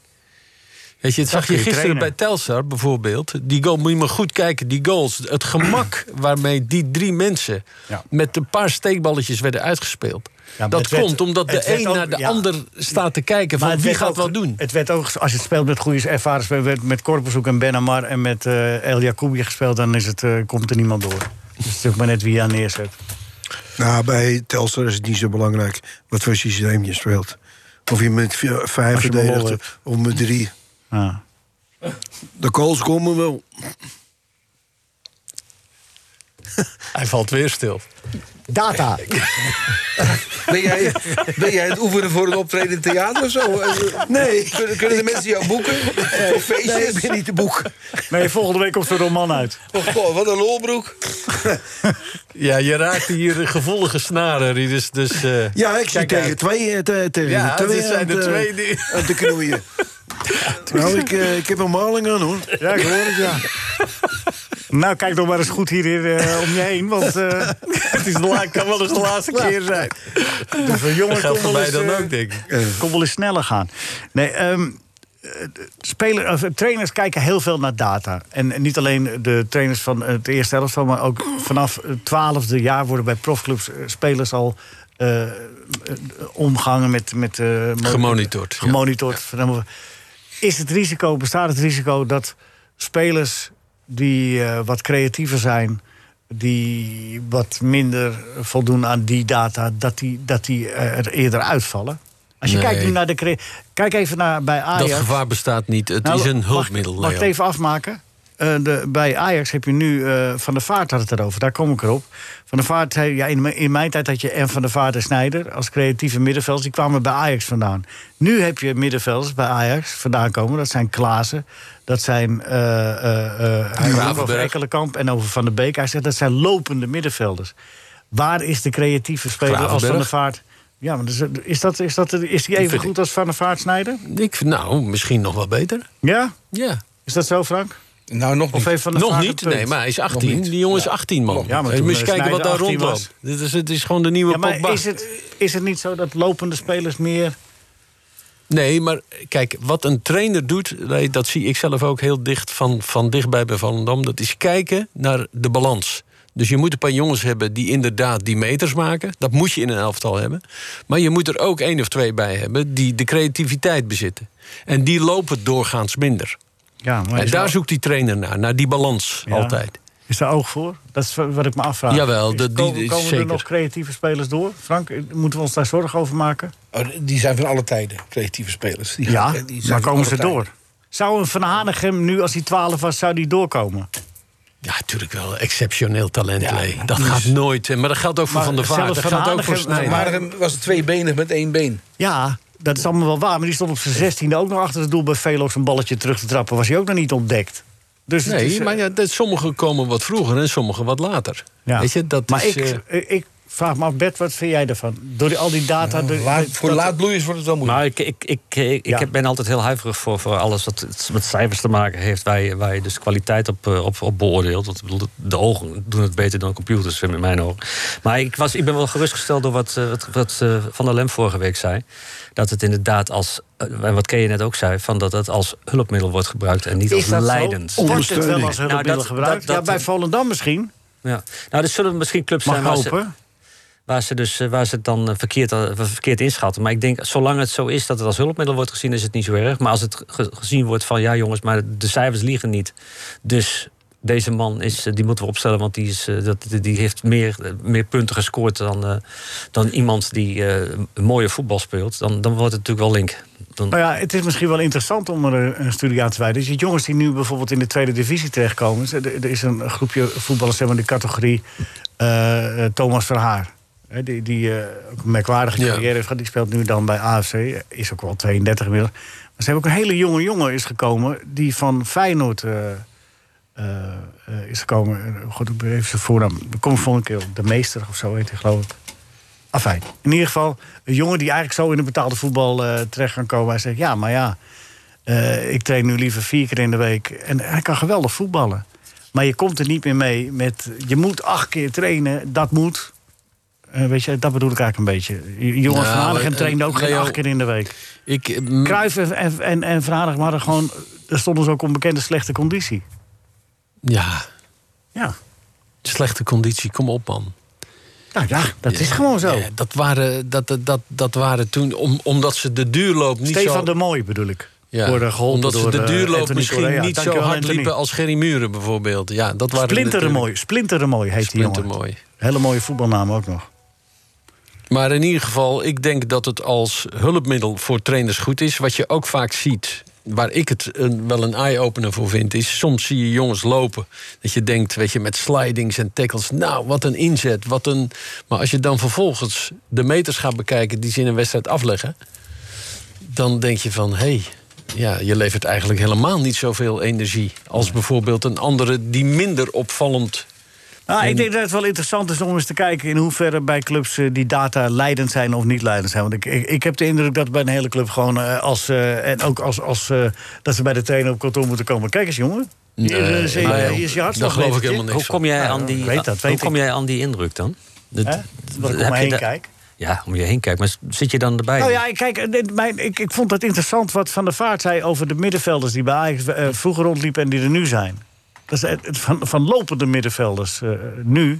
Weet je, het Dat zag je kun je gisteren bij trainen. Telstar bijvoorbeeld. Die goal, moet je maar goed kijken, die goals. Het *clears throat* gemak waarmee die drie mensen... met een paar steekballetjes werden uitgespeeld. Ja, maar dat het werd- komt omdat het de werd een ook- naar de ja. ander staat te kijken... Maar van het wie werd gaat ook- wat doen. Het werd ook, als je het speelt met goede ervaren spelers... werd met Korpershoek en Ben Amar en met eh, El Jacoubi gespeeld... dan is het, eh, komt er niemand door. Dus het is natuurlijk maar net wie je aan neerzet. Nou, bij Telstar is het niet zo belangrijk wat voor systeem je speelt. Of je met v- vijf Als je maar lol verdedigt of met drie. De calls komen wel. Hij valt weer stil. Data. Ben jij, ben jij het oefenen voor een optreden in theater of zo? Eh, Nee. Kunnen, kunnen de mensen jou boeken? Of feestjes? Nee, ik ben niet te boeken. Nee, volgende week komt de roman uit. Oh, goh, wat een lolbroek. Ja, je raakt hier gevoelige snaren, Rieders. Dus, eh, Ja, ik zie kijk tegen uit. twee, eh, te- tegen Ja, de twee dit zijn aan de te- twee die- aan te *laughs* knoeien. nou, ik, eh, ik heb een maling aan, hoor. Ja, ik hoor het, ja. Nou, kijk nog maar eens goed hier eh, om je heen, *laughs* want eh, Het is de la- kan wel eens de laatste keer zijn. Dus een jongen Dat geldt voor kon wel mij eens, dan eh, ook, denk ik. kon wel eens sneller gaan. Nee, ehm, eh, speler, of, eh, trainers kijken heel veel naar data. En niet alleen de trainers van eh, het eerste elftal... maar ook vanaf het twaalfde jaar worden bij profclubs eh, spelers al... eh, eh, omgangen met... met eh, mo- Gemonitord, ja. Gemonitord. Van helemaal- Is het risico, bestaat het risico dat spelers die eh, wat creatiever zijn, die wat minder voldoen aan die data, dat die, dat die eh, er eerder uitvallen? Als je Nee. kijkt nu naar de crea- Kijk even naar bij Ajax. Dat gevaar bestaat niet. Het Nou, is een wacht- hulpmiddel, Wacht, Leo. even afmaken. Eh, de, bij Ajax heb je nu eh, Van der Vaart had het erover. Daar kom ik erop. Van der Vaart, zei- ja, in, mijn- in mijn tijd had je en Van der Vaart en Snijder als creatieve middenvelders. Die kwamen bij Ajax vandaan. Nu heb je middenvelders bij Ajax vandaan komen. Dat zijn Klaassen, dat zijn eh eh, eh, hij roept over Gravenberg. Ekkelenkamp en over Van der Beek. Hij zegt dat zijn lopende middenvelders. Waar is de creatieve speler als Van Gravenberg. der Vaart? Ja, maar is, is, dat, is, dat, eh, is die Ik even vind- goed als Van der Vaart Snijder? Ik, vind- nou, misschien nog wel beter. Ja? Ja. Is dat zo, Frank? Nou, nog Of niet. heeft Van der Nog Vaak niet? een punt? Nee, maar hij is Nog 18. niet. Die jongen is 18, man. Ja, maar Hey, toen, Moet je eh, kijken wat daar Sneijder 18 rondloopt. Dit is, het is gewoon de nieuwe Ja, maar Pogba. is het, is het niet zo dat lopende spelers meer... Nee, maar kijk, wat een trainer doet... nee, dat zie ik zelf ook heel dicht van, van dichtbij bij Volendam... dat is kijken naar de balans. Dus je moet een paar jongens hebben die inderdaad die meters maken. Dat moet je in een elftal hebben. Maar je moet er ook één of twee bij hebben... die de creativiteit bezitten. En die lopen doorgaans minder. Ja, maar en daar zoekt die trainer naar, naar die balans Ja. altijd. Is daar oog voor? Dat is wat ik me afvraag. Jawel, dat- die- komen, die- komen zeker. er nog creatieve spelers door? Frank, eh, moeten we ons daar zorgen over maken? Oh, die zijn van alle tijden, creatieve spelers. Die Ja, gaan- eh, die zijn maar van komen alle ze tijden. door? Zou een Van Hanegem nu, als hij 12 was, zou die doorkomen? Ja, natuurlijk wel. Exceptioneel talent, Lee. Dat gaat nooit. hè. Maar dat geldt ook voor dus- Maar Van der Vaart. zelfs Dat Van geldt ook voor Hanegem- Snijder. Maar hem was tweebenig met één been. Ja, dat is allemaal wel waar. Maar die stond op zijn 16e ook nog achter het doel bij Velox een balletje terug te trappen. Was hij ook nog niet ontdekt. Dus het Nee, is, eh, maar ja, dat, sommigen komen wat vroeger en sommigen wat later. Ja. Weet je, dat maar is... eh, ik, ik vraag me af, Bert, wat vind jij daarvan? Door die- al die data... door- Laat, dat- voor laatbloeiers wordt het wel moeilijk. Maar ik, ik, ik, ik, Ja. ik ben altijd heel huiverig voor, voor alles wat met cijfers te maken heeft. Waar je, waar je dus kwaliteit op, eh, op, op beoordeelt. Want ik bedoel, de ogen doen het beter dan computers, in mijn ogen. Maar ik, was, ik ben wel gerustgesteld door wat, eh, wat, wat eh, Van der Lem vorige week zei. Dat het inderdaad als, eh, en wat Kee je net ook zei... Van dat het als hulpmiddel wordt gebruikt en niet Is als dat leidend. zo? Wordt het wel als Nou, hulpmiddel dat- gebruikt? dat- dat- ja, bij Volendam misschien. Ja. Nou, er zullen misschien clubs Mag zijn waar ze, hopen. waar ze, dus, eh, waar ze het dan eh, verkeerd, eh, verkeerd inschatten. Maar ik denk, zolang het zo is dat het als hulpmiddel wordt gezien, is het niet zo erg. Maar als het ge- gezien wordt van, ja jongens, maar de cijfers liegen niet. Dus deze man, is, eh, die moeten we opstellen, want die, is, eh, dat, die heeft meer, eh, meer punten gescoord dan, eh, dan iemand die eh, mooier voetbal speelt. Dan, dan wordt het natuurlijk wel link. Dan, Nou ja, het is misschien wel interessant om er eh, een studie aan te wijden. Je ziet jongens die nu bijvoorbeeld in de tweede divisie terechtkomen. Er er is een groepje voetballers zeg maar, in de categorie eh, eh, Thomas Verhaar. Hè, die die eh, ook een merkwaardige Ja. carrière heeft gehad. Die speelt nu dan bij AFC. Is ook wel 32 inmiddels. Maar ze hebben ook een hele jonge jongen is gekomen... die van Feyenoord eh, eh, eh, is gekomen. Eh, God, ik ben even zijn voornaam. Kom volgende keer op. De meester of zo heet hij, geloof ik. Afijn. In ieder geval, een jongen die eigenlijk zo in de betaalde voetbal eh, terecht kan komen. Hij zegt, ja, maar ja, eh, ik train nu liever vier keer in de week. En hij kan geweldig voetballen. Maar je komt er niet meer mee met, je moet acht keer trainen, dat moet. Eh, weet je, dat bedoel ik eigenlijk een beetje. J- Jongens Nou, van Hanegem eh, trainde ook geen Leo, acht keer in de week. Ik, eh, Cruijff en, en, en, en Van Hanegem hadden gewoon... Er stonden ze ook onbekende slechte conditie. Ja. Ja. Slechte conditie, kom op man. Nou ja, dat is gewoon zo. Ja, dat, waren, dat, dat- dat, dat waren toen, om, omdat ze de duurloop niet Stefan zo... de Mooi bedoel ik. Ja, Worden geholpen omdat door, ze de eh, duurloop Anthony misschien Correa. niet zo Dankjewel, hard Anthony. liepen als Gerry Muren bijvoorbeeld. Ja, dat waren Splintermooi, natuurlijk- Splintermooi heet die jongen. Splintermooi. Hele mooie voetbalnaam ook nog. Maar in ieder geval, ik denk dat het als hulpmiddel voor trainers goed is. Wat je ook vaak ziet, waar ik het een- wel een eye-opener voor vind... is soms zie je jongens lopen. Dat je denkt, weet je, met slidings en tackles... nou, wat een inzet, wat een... Maar als je dan vervolgens de meters gaat bekijken... die ze in een wedstrijd afleggen... dan denk je van, hé... Hey, ja, je levert eigenlijk helemaal niet zoveel energie... als bijvoorbeeld een andere die minder opvallend... Nou, en- ik denk dat het wel interessant is om eens te kijken in hoeverre bij clubs eh, die data leidend zijn of niet leidend zijn. Want ik, ik, ik heb de indruk dat bij een hele club gewoon eh, als. eh, en ook als. als eh, dat ze bij de trainer op kantoor moeten komen. Kijk eens, jongen. Hier, eh, is, je- hier is je hartslag. Hoe kom jij aan die, Weet dat, weet hoe kom ik. jij aan die indruk dan? Dat- Hè? Wat ik om heb me je heen da- kijk? Ja, om je heen kijken. Maar zit je dan erbij? Nou ja, ik- kijk, eh, dit- mijn, ik, ik vond het interessant wat Van der Vaart zei over de middenvelders die bij Ajax eh, vroeger rondliepen en die er nu zijn. Dat is het- het van, van lopende middenvelders eh, nu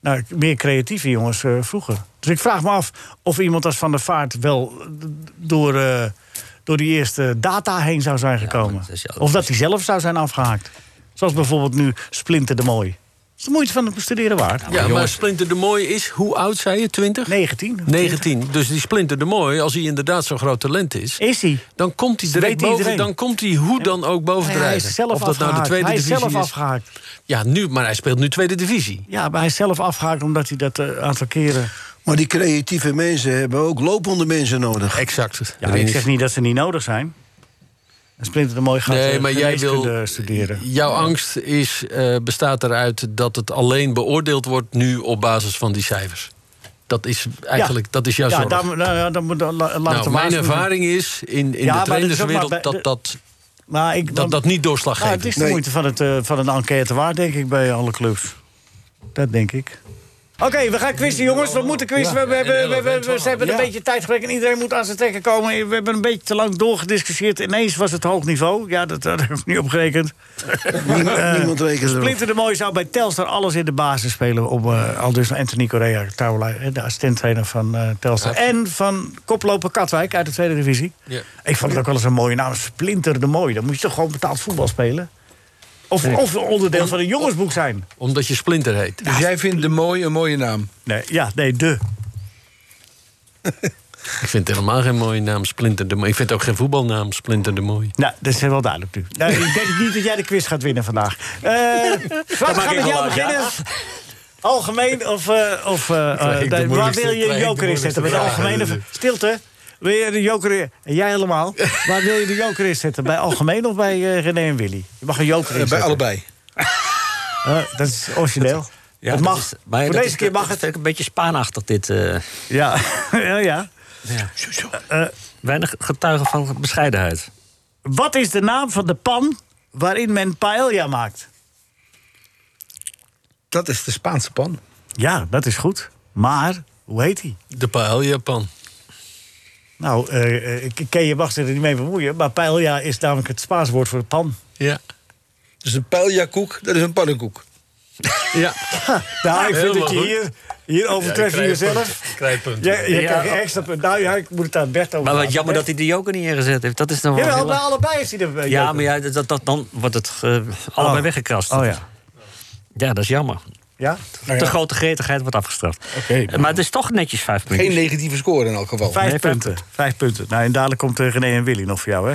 naar meer creatieve jongens eh, vroeger. Dus ik vraag me af of iemand als Van der Vaart wel eh, door, eh, door die eerste data heen zou zijn gekomen. of dat hij zelf zou zijn afgehaakt. Zoals bijvoorbeeld nu Splinter de Mooi. Dat is de moeite van het bestuderen waard. Ja, maar, Splinter de Mooi is, hoe oud zei je, 20? 19. 19. Dus die Splinter de Mooi, als hij inderdaad zo'n groot talent is... Is hij? Dan komt hij direct Weet iedereen. boven, dan komt hij hoe dan ook boven Nee, de hij is rijden. zelf Of dat nou de afgehaakt. tweede Hij is divisie zelf afgehaakt. Ja, nu, maar hij speelt nu tweede divisie. Ja, maar hij is zelf afgehaakt omdat hij dat eh, aantal keren... Maar die creatieve mensen hebben ook lopende mensen nodig. Exact. Ja, ik zeg niet dat ze niet nodig zijn. En Splinter de Mooi gaat Nee, eh, maar jij wil- geneeskunde studeren. Jouw angst is, eh, bestaat eruit dat het alleen beoordeeld wordt... nu op basis van die cijfers. Dat is eigenlijk, Ja. dat is jouw ja, zorg. daar moet- nou ja, dan moet dan, la- laat het nou, de mijn waarschuwing- ervaring is in, in Ja, maar dat is de ook maar trainerswereld bij- dat dat, Maar ik, dat, dat niet doorslaggevend Nou, het is de moeite van, het, eh, van een enquête waard, denk ik, bij alle clubs. Dat denk ik. Oké, we gaan quizzen, jongens. We moeten quizzen. Ja. We, hebben- we, hebben- we, we hebben een Ja. beetje tijdgebrek en iedereen moet aan zijn trekken komen. We hebben een beetje te lang doorgediscussieerd. Ineens was het hoog niveau. Ja, dat had ik ook niet opgerekend. Niemand- niemand rekende erop. Splinter Dus de Mooi zou bij Telstar alles in de basis spelen... om eh, al dus Anthony Correa, touwlei- eh, de assistent-trainer van eh, Telstar... en van koploper Katwijk uit de tweede divisie. Ja. Ik vond het ook wel eens een mooie naam, Splinter de Mooi. Dan moet je toch gewoon betaald voetbal spelen? Of, Nee. of onderdeel van een jongensboek zijn. Omdat je Splinter heet. Dus jij vindt de mooi een mooie naam? Nee, ja, nee, de. Ik vind het helemaal geen mooie naam, Splinter de Mooi. Ik vind ook geen voetbalnaam, Splinter de Mooi. Nou, dat is wel duidelijk nu. *laughs* Nou, ik denk niet dat jij de quiz gaat winnen vandaag. Eh Frank, we maak gaan ik met wel jou uit, ja. beginnen. Algemeen of... eh, of eh, Krijg ik de eh, waar moeilijkste, wil je krijg een ik de joker in zetten? Met moeilijkste algemeen of... vraag. Stilte. Wil je de joker in... En jij *laughs* helemaal. Waar wil je de joker in zetten? Bij algemeen of bij eh, René en Willy? Je mag een joker in Eh, bij zetten. allebei. Eh, dat is origineel. Ja, dat mag. is- maar Voor dat deze is- keer mag dat is het. Oh, ook Een beetje spaanachtig dit. eh. Ja, *laughs* ja, ja. weinig getuigen van bescheidenheid. Wat is de naam van de pan waarin men paella maakt? Dat is de Spaanse pan. Ja, dat is goed. Maar, hoe heet hij? De Paella-pan. Nou, eh, eh, ik ken je mag zich er niet mee bemoeien. Maar paella is namelijk het Spaans woord voor pan. Ja. Dus een paella-koek, dat is een pannenkoek. Ja. Nou, ik vind Helemaal dat je goed. hier, hier overtreft je jezelf. Ja, je Ja. krijgt extra punt. Nou ja, ik moet het aan Bert over Maar wat laten. jammer dat hij die joker niet ingezet heeft. Dat is dan wel Jawel, heel- bij allebei is hij er. eh, Ja, joker. maar ja, dat, dat, dan wordt het eh, allebei weggekrast. Oh ja. Ja, dat is jammer. Ja? Nou Te ja. grote gretigheid wordt afgestraft. Eh, maar het is toch netjes vijf punten. Geen negatieve score in elk geval. Vijf punten. Vijf punten. Nou, en dadelijk komt eh, René en Willy nog voor jou, hè?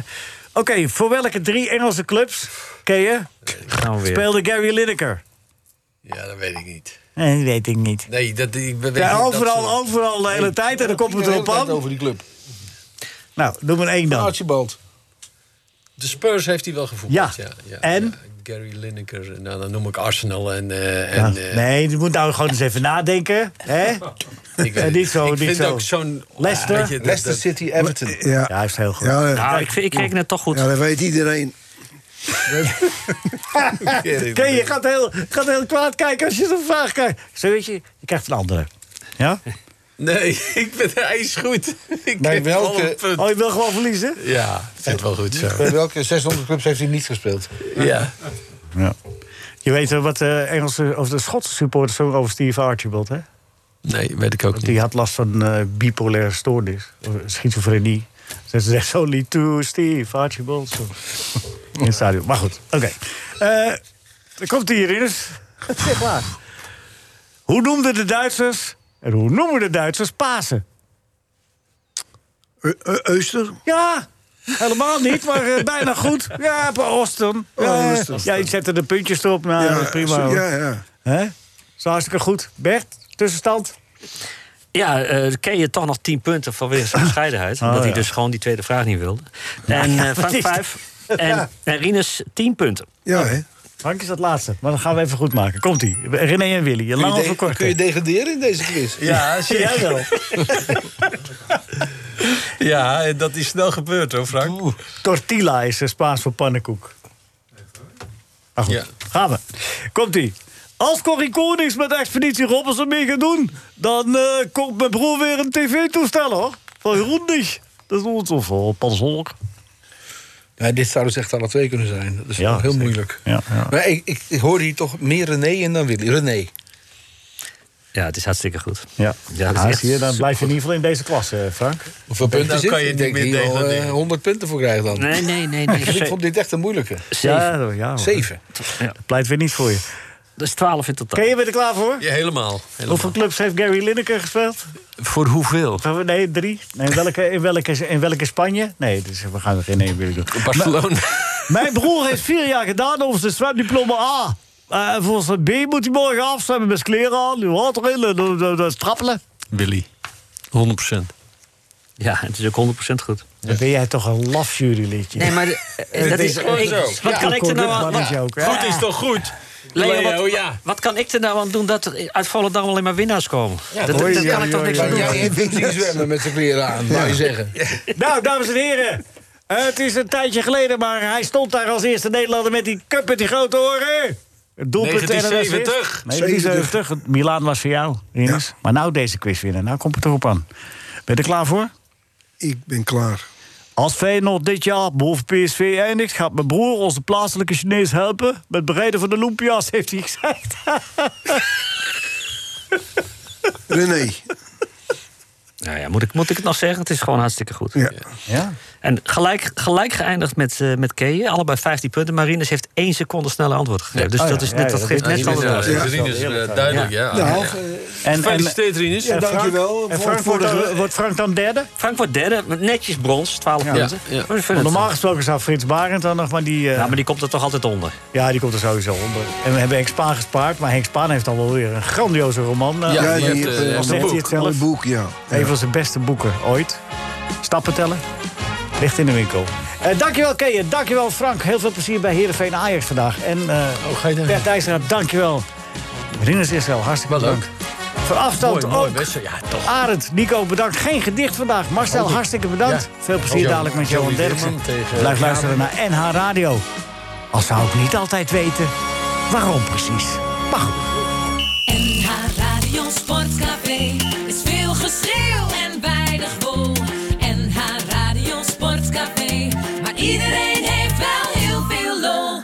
Oké, voor welke drie Engelse clubs, ken je, Gaan we Nou, weer. speelde Gary Lineker? Ja, dat weet ik niet. Nee, dat weet ik niet. Nee, dat, ik weet Ja, niet dat overal, ze- overal de hele tijd en dan komt het Iedereen erop aan. over die club. Nou, noem maar één dan. Archibald. De Spurs heeft hij wel gevoetbald. Ja. Ja, ja. En? Gary Lineker. Nou, dan noem ik Arsenal en... eh, en eh, nee, je moet nou gewoon eens even nadenken. Hè? *laughs* Ik, weet Eh, niet zo, ik niet vind zo. ook zo'n... Leicester? Weet je, dat- Leicester dat- City, *laughs* Everton. Ja, hij is heel goed. Ja, eh, Ja, Nou, ik, vind- ik reken het toch goed. ja, dat weet iedereen. Ken je gaat heel, gaat heel kwaad kijken als je zo'n vraag krijgt. Zo weet je, je krijgt een andere. Ja? Nee, *laughs* ik ben, hij is goed. *laughs* Ik Bij heb welke- wel een punt. Oh, je wil gewoon verliezen? Ja, ik vind het wel goed zo. Bij Eh, welke 600 clubs heeft hij niet gespeeld? Ja. Ja. Je weet eh, wat de Engelse of de Schotse supporters zo over Steve Archibald, hè? Nee, weet ik ook niet. Die had last van eh, bipolaire stoornis, of schizofrenie. Dus ze zegt only two Steve Archibald. Zo. *laughs* In het stadion. Maar goed, oké. Eh, dan komt hij hier dus. Het is echt waar. Hoe noemden de Duitsers, en hoe noemen de Duitsers Pasen? Eu- Eu- Euster? Ja, helemaal niet, maar eh, bijna goed. Ja, bij Osten. Ja, Oh, Osten. ja, je zette de puntjes erop, maar eh, prima. zo- hoor. Ja, ja. Hè? Is hartstikke goed. Bert, tussenstand? Ja, eh ken je toch nog 10 punten vanwege *laughs* zijn bescheidenheid. omdat Oh, hij ja. dus gewoon die tweede vraag niet wilde. En ja, eh, Frank *laughs* wat is 5 en, en Rinus 10 punten. Ja, hè? Ah, Frank is dat laatste, maar dan gaan we even goed maken. Komt-ie. René en Willy, je Kun lang je, of de- kort? kun je degraderen in deze *laughs* quiz? Ja, zie Jij *laughs* wel. Ja, dat is snel gebeurd hoor, Frank. Tortilla is eh, Spaans voor pannenkoek. Maar goed, Ja. gaan we. Komt-ie. Als Corrie Konings met Expeditie Robinson mee gaat doen... dan eh, komt mijn broer weer een tv-toestel, hoor. Van Groendig. Dat is ons of eh, wel panzolk. Ja, dit zou dus echt alle twee kunnen zijn. Dat is Ja, wel heel zeker. moeilijk. Ja, ja. Maar ik, ik, ik hoorde hier toch meer René in dan Willy. René. Ja, het is hartstikke goed. Ja, Ja, Nou, dat is zie je, dan echt blijf je in ieder geval in deze klas, eh, Frank. Hoeveel punten dan zit? kan je Ik niet denk meer hier al degraderen. eh, 100 punten voor krijgen dan. Nee, nee, nee. nee. *laughs* Ik Ze- vond dit echt een moeilijke. Zeven. Ja, ja, hoor. Zeven. Dat pleit weer niet voor je. Dat is 12 in totaal. Ken je, ben je er klaar voor? Ja, helemaal. helemaal. Hoeveel clubs heeft Gary Lineker gespeeld? Voor hoeveel? Gaan we- Nee, drie. Nee, in, welke, in, welke, in welke Spanje? Nee, dus we gaan er geen één willen doen. Barcelona. Mijn broer heeft vier jaar gedaan over zijn zwemdiploma A. Eh, voor zijn B moet hij morgen afzwemmen met zijn kleren aan. Nu water in, en dan- dan- dan strappelen. Willy. 100%. Ja, het is ook 100% goed. Dan ben jij toch een laf jurylidje. Nee, *laughs* maar eh, dat is gewoon zo. Wat kan ik er nou aan? Dat is wat- ook, hè? Goed is toch goed? Leo, Leo, wat, ja. wat kan ik er nou aan doen dat er uit Volendam alleen maar winnaars komen? dat dat oei, kan oei, ik toch oei, niks oei. aan Maar doen? jij hebt niet zien zwemmen met zijn kleren aan, mag je zeggen. Nou, dames en heren. Het is een tijdje geleden, maar hij stond daar als eerste Nederlander met die cup met die grote oren. Het doelpunt 1970. eh, 1970. Milaan was voor jou, Ines. Maar nou deze quiz winnen. Nou komt het erop aan. Ben je er klaar voor? Ik ben klaar. Als Feyenoord dit jaar boven PSV eindigt... gaat mijn broer onze plaatselijke Chinees helpen... met bereiden van de lumpia's, heeft hij gezegd. *laughs* René. Nou ja, moet ik, moet ik het nog zeggen? Het is gewoon hartstikke goed. Ja. Ja? En gelijk, gelijk geëindigd met, eh met Keeën, allebei 15 punten. Marinus heeft één seconde sneller antwoord gegeven. Dus Oh ja, dat, is ja, net, ja, dat dat geeft is- net Ja, al het ja, antwoord. Rinus, eh, duidelijk, ja. Nou, Ja. En, en, Gefeliciteerd, Rinus. ja, dankjewel. en Frank wordt, dan- wordt Frank dan derde? Frank wordt derde, met netjes brons, 12 punten. ja. Maar ik vind Want het- normaal gesproken zou Frits Barend dan nog, maar die... eh, Ja, maar die komt er toch altijd onder. Ja, die komt er sowieso onder. En we hebben Henk Spaan gespaard, maar Henk Spaan heeft al wel weer een grandioze roman. eh, Ja, Ja, je die hebt, heeft, eh, eh, je hebt zegt een hij boek. het zelf. Een boek, ja. Een van zijn beste boeken ooit. Stappen tellen. Ligt in de winkel. Eh, dankjewel Keeën, dankjewel Frank. Heel veel plezier bij Heerenveen Ajax vandaag. En eh Oh, ga je daar- Bert Dijkstra, dankjewel. Rinus Israël, hartstikke Wel bedankt. leuk. Voor afstand Mooi, mooi ook. wedstrijd. Ja, toch. Arend, Nico, bedankt. Geen gedicht vandaag. Marcel, hartstikke bedankt. Oh, Ja. Oh, Veel plezier Jo- dadelijk met Joey Johan Derksen. Derksen tegen- Blijf luisteren naar NH Radio. Al zou ik niet altijd weten waarom precies. Maar goed. NH Radio Sportcafé is veel geschreeuw en weinig wol. NH Radio Sportcafé, maar iedereen heeft wel heel veel lol.